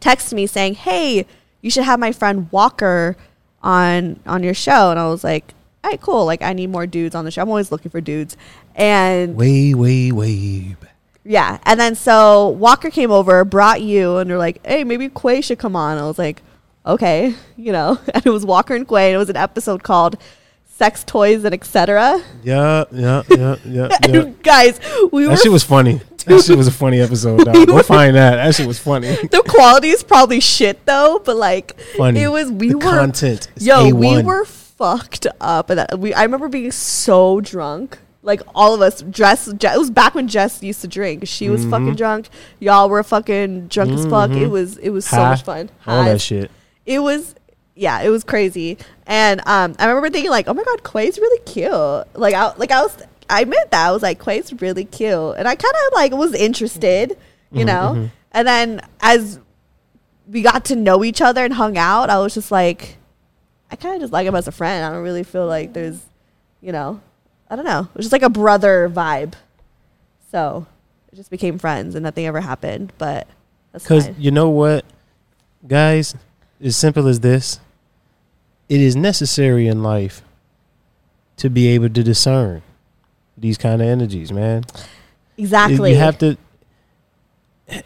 Speaker 2: Texted me saying, "Hey, you should have my friend Walker on on your show." And I was like, "All right, cool. Like, I need more dudes on the show. I'm always looking for dudes." And
Speaker 3: Way, way, way. back.
Speaker 2: yeah, and then so Walker came over, brought you, and they're like, "Hey, maybe Quay should come on." I was like, "Okay, [LAUGHS] you know." And it was Walker and Quay, and it was an episode called "Sex Toys and Etc."
Speaker 3: Yeah, yeah, yeah, yeah.
Speaker 2: [LAUGHS] And
Speaker 3: yeah.
Speaker 2: guys, we were
Speaker 3: That shit was funny. That shit was a funny episode. Dog. Go find that. That shit was funny.
Speaker 2: [LAUGHS]
Speaker 3: [LAUGHS]
Speaker 2: the quality is probably shit though, but like
Speaker 3: Funny.
Speaker 2: it was we
Speaker 3: The
Speaker 2: were
Speaker 3: content is
Speaker 2: Yo, we
Speaker 3: A1.
Speaker 2: were fucked up, and that- we I remember being so drunk. Like all of us, Jess. Je- it was back when Jess used to drink. She was
Speaker 3: Mm-hmm.
Speaker 2: fucking drunk. Y'all were fucking drunk as fuck. It was it was so
Speaker 3: High.
Speaker 2: much fun.
Speaker 3: All that
Speaker 2: Highs.
Speaker 3: shit.
Speaker 2: It was. Yeah, it was crazy, and um, I remember thinking like, "Oh my god, Quay's really cute." Like, I like I was, I meant that I was like, "Quay's really cute," and I kind of like was interested,
Speaker 3: Mm-hmm.
Speaker 2: you know. And then as we got to know each other and hung out, I was just like, I kind of just like him as a friend. I don't really feel like there's, you know, I don't know. It was just like a brother vibe. So it just became friends and nothing ever happened. But that's
Speaker 3: Because
Speaker 2: fine.
Speaker 3: you know what, guys, as simple as this it is necessary in life to be able to discern these kind of energies man
Speaker 2: Exactly.
Speaker 3: you have to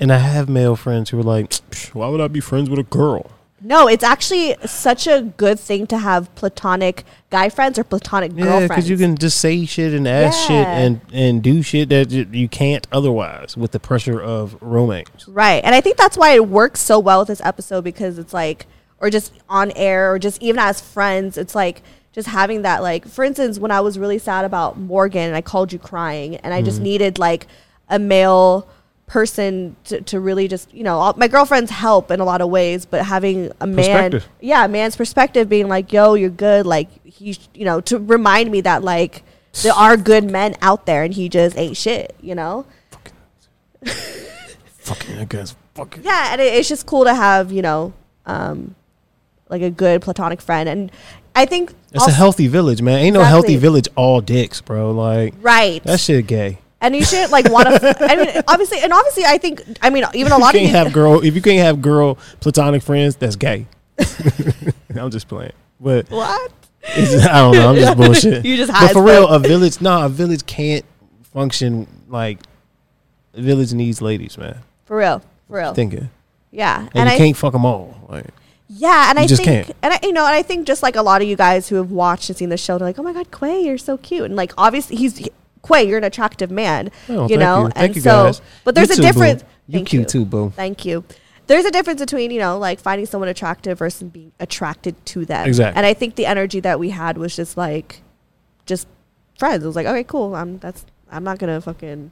Speaker 3: and i have male friends who are like why would i be friends with a girl
Speaker 2: no, it's actually such a good thing to have platonic guy friends or platonic
Speaker 3: yeah
Speaker 2: girlfriends.
Speaker 3: because you can just say shit and ask shit
Speaker 2: Yeah.
Speaker 3: and and do shit that you- you can't otherwise with the pressure of romance
Speaker 2: Right. And I think that's why it works so well with this episode because it's like, or just on air, or just even as friends, it's like just having that. Like, for instance, when I was really sad about Morgan and I called you crying, and I just needed like a male person to, to really just, you know, all, my girlfriends help in a lot of ways, but having a man,
Speaker 3: Perspective.
Speaker 2: yeah, a man's perspective being like, yo, you're good. Like, he, you know, to remind me that like there are good men out there and he just ain't shit, you know?
Speaker 3: fucking i guess fucking
Speaker 2: yeah, and it, it's just cool to have you know, um, like a good platonic friend, and I think
Speaker 3: it's
Speaker 2: also-
Speaker 3: a healthy village man ain't no
Speaker 2: Exactly.
Speaker 3: healthy village all dicks bro like
Speaker 2: right.
Speaker 3: that shit gay
Speaker 2: [LAUGHS] and you should like want to. I mean, obviously, and obviously, I think I mean even a lot
Speaker 3: you
Speaker 2: of
Speaker 3: can't
Speaker 2: you.
Speaker 3: have girl if you can't have girl platonic friends that's gay [LAUGHS] i'm just playing but
Speaker 2: [LAUGHS] what?
Speaker 3: [LAUGHS] it's, i don't know i'm just
Speaker 2: [LAUGHS]
Speaker 3: bullshit
Speaker 2: You just
Speaker 3: but
Speaker 2: high
Speaker 3: for
Speaker 2: as
Speaker 3: real
Speaker 2: fuck.
Speaker 3: a village nah a village can't function like a village needs ladies man
Speaker 2: For real, for real.
Speaker 3: thinking
Speaker 2: yeah,
Speaker 3: and, you
Speaker 2: Oh. I
Speaker 3: can't fuck them all like
Speaker 2: yeah, and
Speaker 3: you
Speaker 2: I
Speaker 3: just
Speaker 2: think
Speaker 3: can't.
Speaker 2: and I, you know, and I think just like a lot of you guys who have watched and seen the show, they're like, oh my god, Quay, you're so cute, and like obviously he's he, Quay, you're an attractive man, you
Speaker 3: Oh, thank
Speaker 2: know,
Speaker 3: you.
Speaker 2: and
Speaker 3: Thank you,
Speaker 2: so
Speaker 3: guys.
Speaker 2: but there's
Speaker 3: You
Speaker 2: a
Speaker 3: too, boo.
Speaker 2: difference.
Speaker 3: You
Speaker 2: Thank
Speaker 3: cute too, boo.
Speaker 2: Thank you. There's a difference between you know like finding someone attractive versus being attracted to them.
Speaker 3: Exactly.
Speaker 2: And I think the energy that we had was just like, just friends. It was like, okay, cool. I'm that's I'm not gonna fucking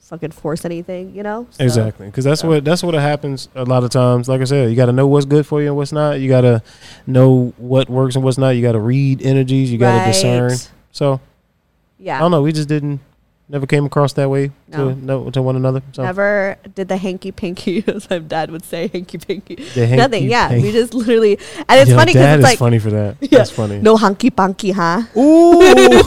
Speaker 2: fucking force anything, you know. So-
Speaker 3: Exactly, because that's what that's what happens a lot of times. Like I said, you got to know what's good for you and what's not. You got to know what works and what's not. You got to read energies. You got to
Speaker 2: Right.
Speaker 3: discern. So I
Speaker 2: Yeah.
Speaker 3: don't know. We just didn't never came across that way
Speaker 2: No.
Speaker 3: to no, to one another. So
Speaker 2: Never did the hanky pinky, [LAUGHS] as my dad would say, hanky pinky.
Speaker 3: The hanky
Speaker 2: Nothing. Yeah,
Speaker 3: panky.
Speaker 2: we just literally, and it's
Speaker 3: Yo,
Speaker 2: funny
Speaker 3: Dad
Speaker 2: because
Speaker 3: is
Speaker 2: it's like
Speaker 3: funny for that.
Speaker 2: Yeah.
Speaker 3: That's funny.
Speaker 2: no hanky panky, huh?
Speaker 3: Ooh,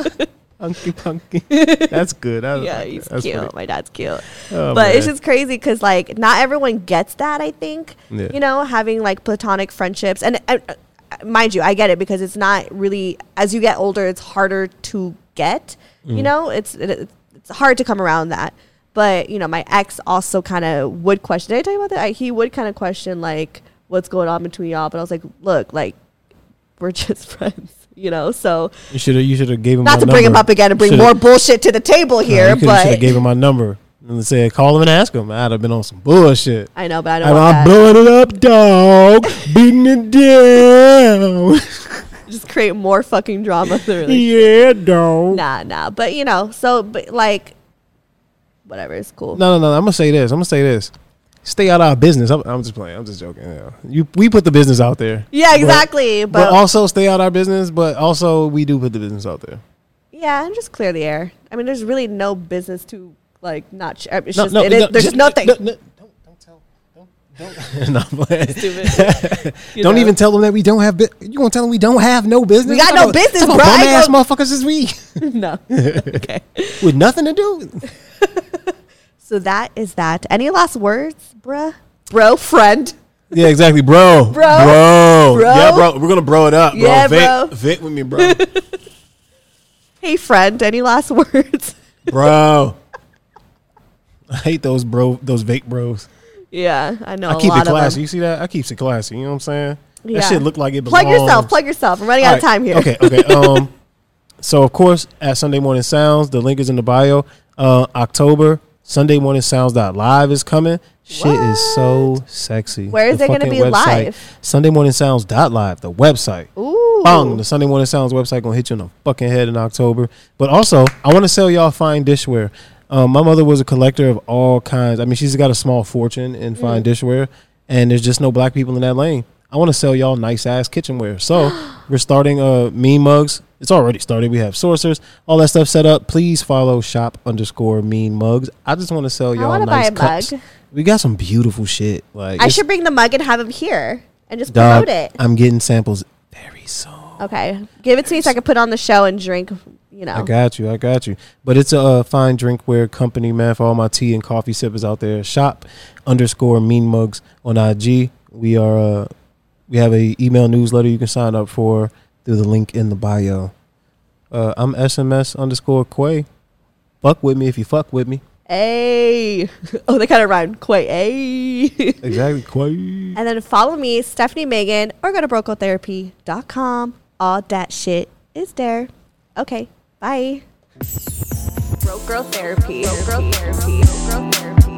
Speaker 3: [LAUGHS]
Speaker 2: [LAUGHS]
Speaker 3: hunky punky. That's good. I
Speaker 2: yeah,
Speaker 3: like
Speaker 2: he's
Speaker 3: that. That's
Speaker 2: cute.
Speaker 3: funny.
Speaker 2: My dad's cute,
Speaker 3: Oh,
Speaker 2: but it's
Speaker 3: man.
Speaker 2: just crazy because like not everyone gets that. I think
Speaker 3: Yeah.
Speaker 2: you know having like platonic friendships, and uh, uh, mind you, I get it because it's not really as you get older, it's harder to get.
Speaker 3: Mm.
Speaker 2: You know, it's it, it's hard to come around that. But you know, my ex also kind of would question. Did I tell you about that? I, he would kind of question like what's going on between y'all. But I was like, look, like we're [LAUGHS] just friends. You know, so
Speaker 3: you should have you should have gave him
Speaker 2: not to
Speaker 3: my
Speaker 2: bring him
Speaker 3: number.
Speaker 2: up again and bring
Speaker 3: Shoulda-
Speaker 2: more bullshit to the table
Speaker 3: Nah,
Speaker 2: here,
Speaker 3: you coulda- shoulda
Speaker 2: but
Speaker 3: gave him my number and said call him and ask him. I'd have been on some bullshit.
Speaker 2: I know, but I don't
Speaker 3: And
Speaker 2: want
Speaker 3: I'm
Speaker 2: that.
Speaker 3: blowing it up,
Speaker 2: [LAUGHS]
Speaker 3: dog. Beating it down. [LAUGHS]
Speaker 2: Just create more fucking drama through. Like,
Speaker 3: yeah, dog.
Speaker 2: nah, nah. But you know, so but like, whatever. It's cool.
Speaker 3: No, no, no. I'm gonna say this. I'm gonna say this. Stay out of our business. I'm, I'm just playing. I'm just joking. Yeah. You, we put the business out there.
Speaker 2: yeah,
Speaker 3: But-
Speaker 2: exactly.
Speaker 3: But,
Speaker 2: But,
Speaker 3: also stay out our business. But also we do put the business out there.
Speaker 2: yeah, and just clear the air. I mean, there's really no business to like not. Sh- it's
Speaker 3: No,
Speaker 2: just
Speaker 3: no,
Speaker 2: it is,
Speaker 3: no,
Speaker 2: there's
Speaker 3: just-
Speaker 2: nothing.
Speaker 3: no, no, don't, don't tell.
Speaker 2: [LAUGHS]
Speaker 3: Don't, don't. No, I'm playing.
Speaker 2: you
Speaker 3: Don't
Speaker 2: know?
Speaker 3: even tell them that we don't have. Bu- you gonna tell them we don't have no business?
Speaker 2: We got no business,
Speaker 3: Bum
Speaker 2: bro. I
Speaker 3: ass
Speaker 2: go-
Speaker 3: motherfuckers
Speaker 2: [LAUGHS]
Speaker 3: as we
Speaker 2: no.
Speaker 3: [LAUGHS]
Speaker 2: okay.
Speaker 3: with nothing
Speaker 2: [LAUGHS]
Speaker 3: to do.
Speaker 2: So that is that. Any last words, bruh? Bro, friend.
Speaker 3: Yeah, exactly, bro. Bro.
Speaker 2: Bro. Bro.
Speaker 3: Yeah, bro. We're gonna bro it up, bro.
Speaker 2: Yeah,
Speaker 3: Vic,
Speaker 2: bro.
Speaker 3: Vic with
Speaker 2: [LAUGHS]
Speaker 3: me, bro.
Speaker 2: Hey, friend. Any last [LAUGHS] words?
Speaker 3: bro. I hate those bro, those Vic bros.
Speaker 2: yeah, I know.
Speaker 3: I keep
Speaker 2: a
Speaker 3: it
Speaker 2: lot
Speaker 3: classy.
Speaker 2: Of
Speaker 3: You see that? I keep it classy. You know what I'm saying?
Speaker 2: them. Yeah.
Speaker 3: That shit look like it belongs.
Speaker 2: Plug yourself. Plug yourself. I'm running out of
Speaker 3: All right.
Speaker 2: time here.
Speaker 3: Okay, okay.
Speaker 2: [LAUGHS]
Speaker 3: Um, so of course, at Sunday Morning Sounds, the link is in the bio. Uh, October Sunday Morning Sounds live is coming. Shit is so sexy.
Speaker 2: Where is
Speaker 3: The
Speaker 2: it gonna
Speaker 3: fucking
Speaker 2: be live?
Speaker 3: Sunday Morning Sounds live, the website.
Speaker 2: Ooh.
Speaker 3: Bang! The Sunday Morning Sounds website gonna hit you in the fucking head in October. But also, I want to sell y'all fine dishware. Um, my mother was a collector of all kinds. I mean, she's got a small fortune in
Speaker 2: Mm.
Speaker 3: fine dishware, and there's just no black people in that lane. I want to sell y'all nice ass kitchenware.
Speaker 2: [GASPS]
Speaker 3: So we're starting uh mean mugs. It's already started. We have sorcerers, all that stuff set up. Please follow shop underscore mean mugs. I just want to sell y'all
Speaker 2: wanna buy
Speaker 3: nice
Speaker 2: a
Speaker 3: cups.
Speaker 2: mug.
Speaker 3: We got some beautiful shit. Like
Speaker 2: I
Speaker 3: it's-
Speaker 2: should bring the mug and have him here and just
Speaker 3: dog,
Speaker 2: promote it.
Speaker 3: I'm getting samples very soon.
Speaker 2: Okay, give it to me so I can put it on the show and drink. You know,
Speaker 3: I got you. I got you. But it's a uh, fine drinkware company, man, for all my tea and coffee sippers out there. Shop underscore mean mugs on IG We are uh, we have a email newsletter you can sign up for through the link in the bio. Uh, I'm SMS underscore Quay. Fuck with me if you fuck with me.
Speaker 2: Hey. [LAUGHS] Oh, they kind of rhyme. Quay. Hey.
Speaker 3: Exactly, Quay.
Speaker 2: [LAUGHS] and then follow me, Stephanie Megan, or go to brocotherapy.com. All that shit is there. Okay. Bye. Brocotherapy. Brocotherapy. Brocotherapy.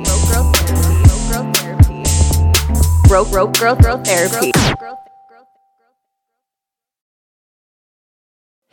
Speaker 2: Brocotherapy. Brocotherapy. Brocotherapy.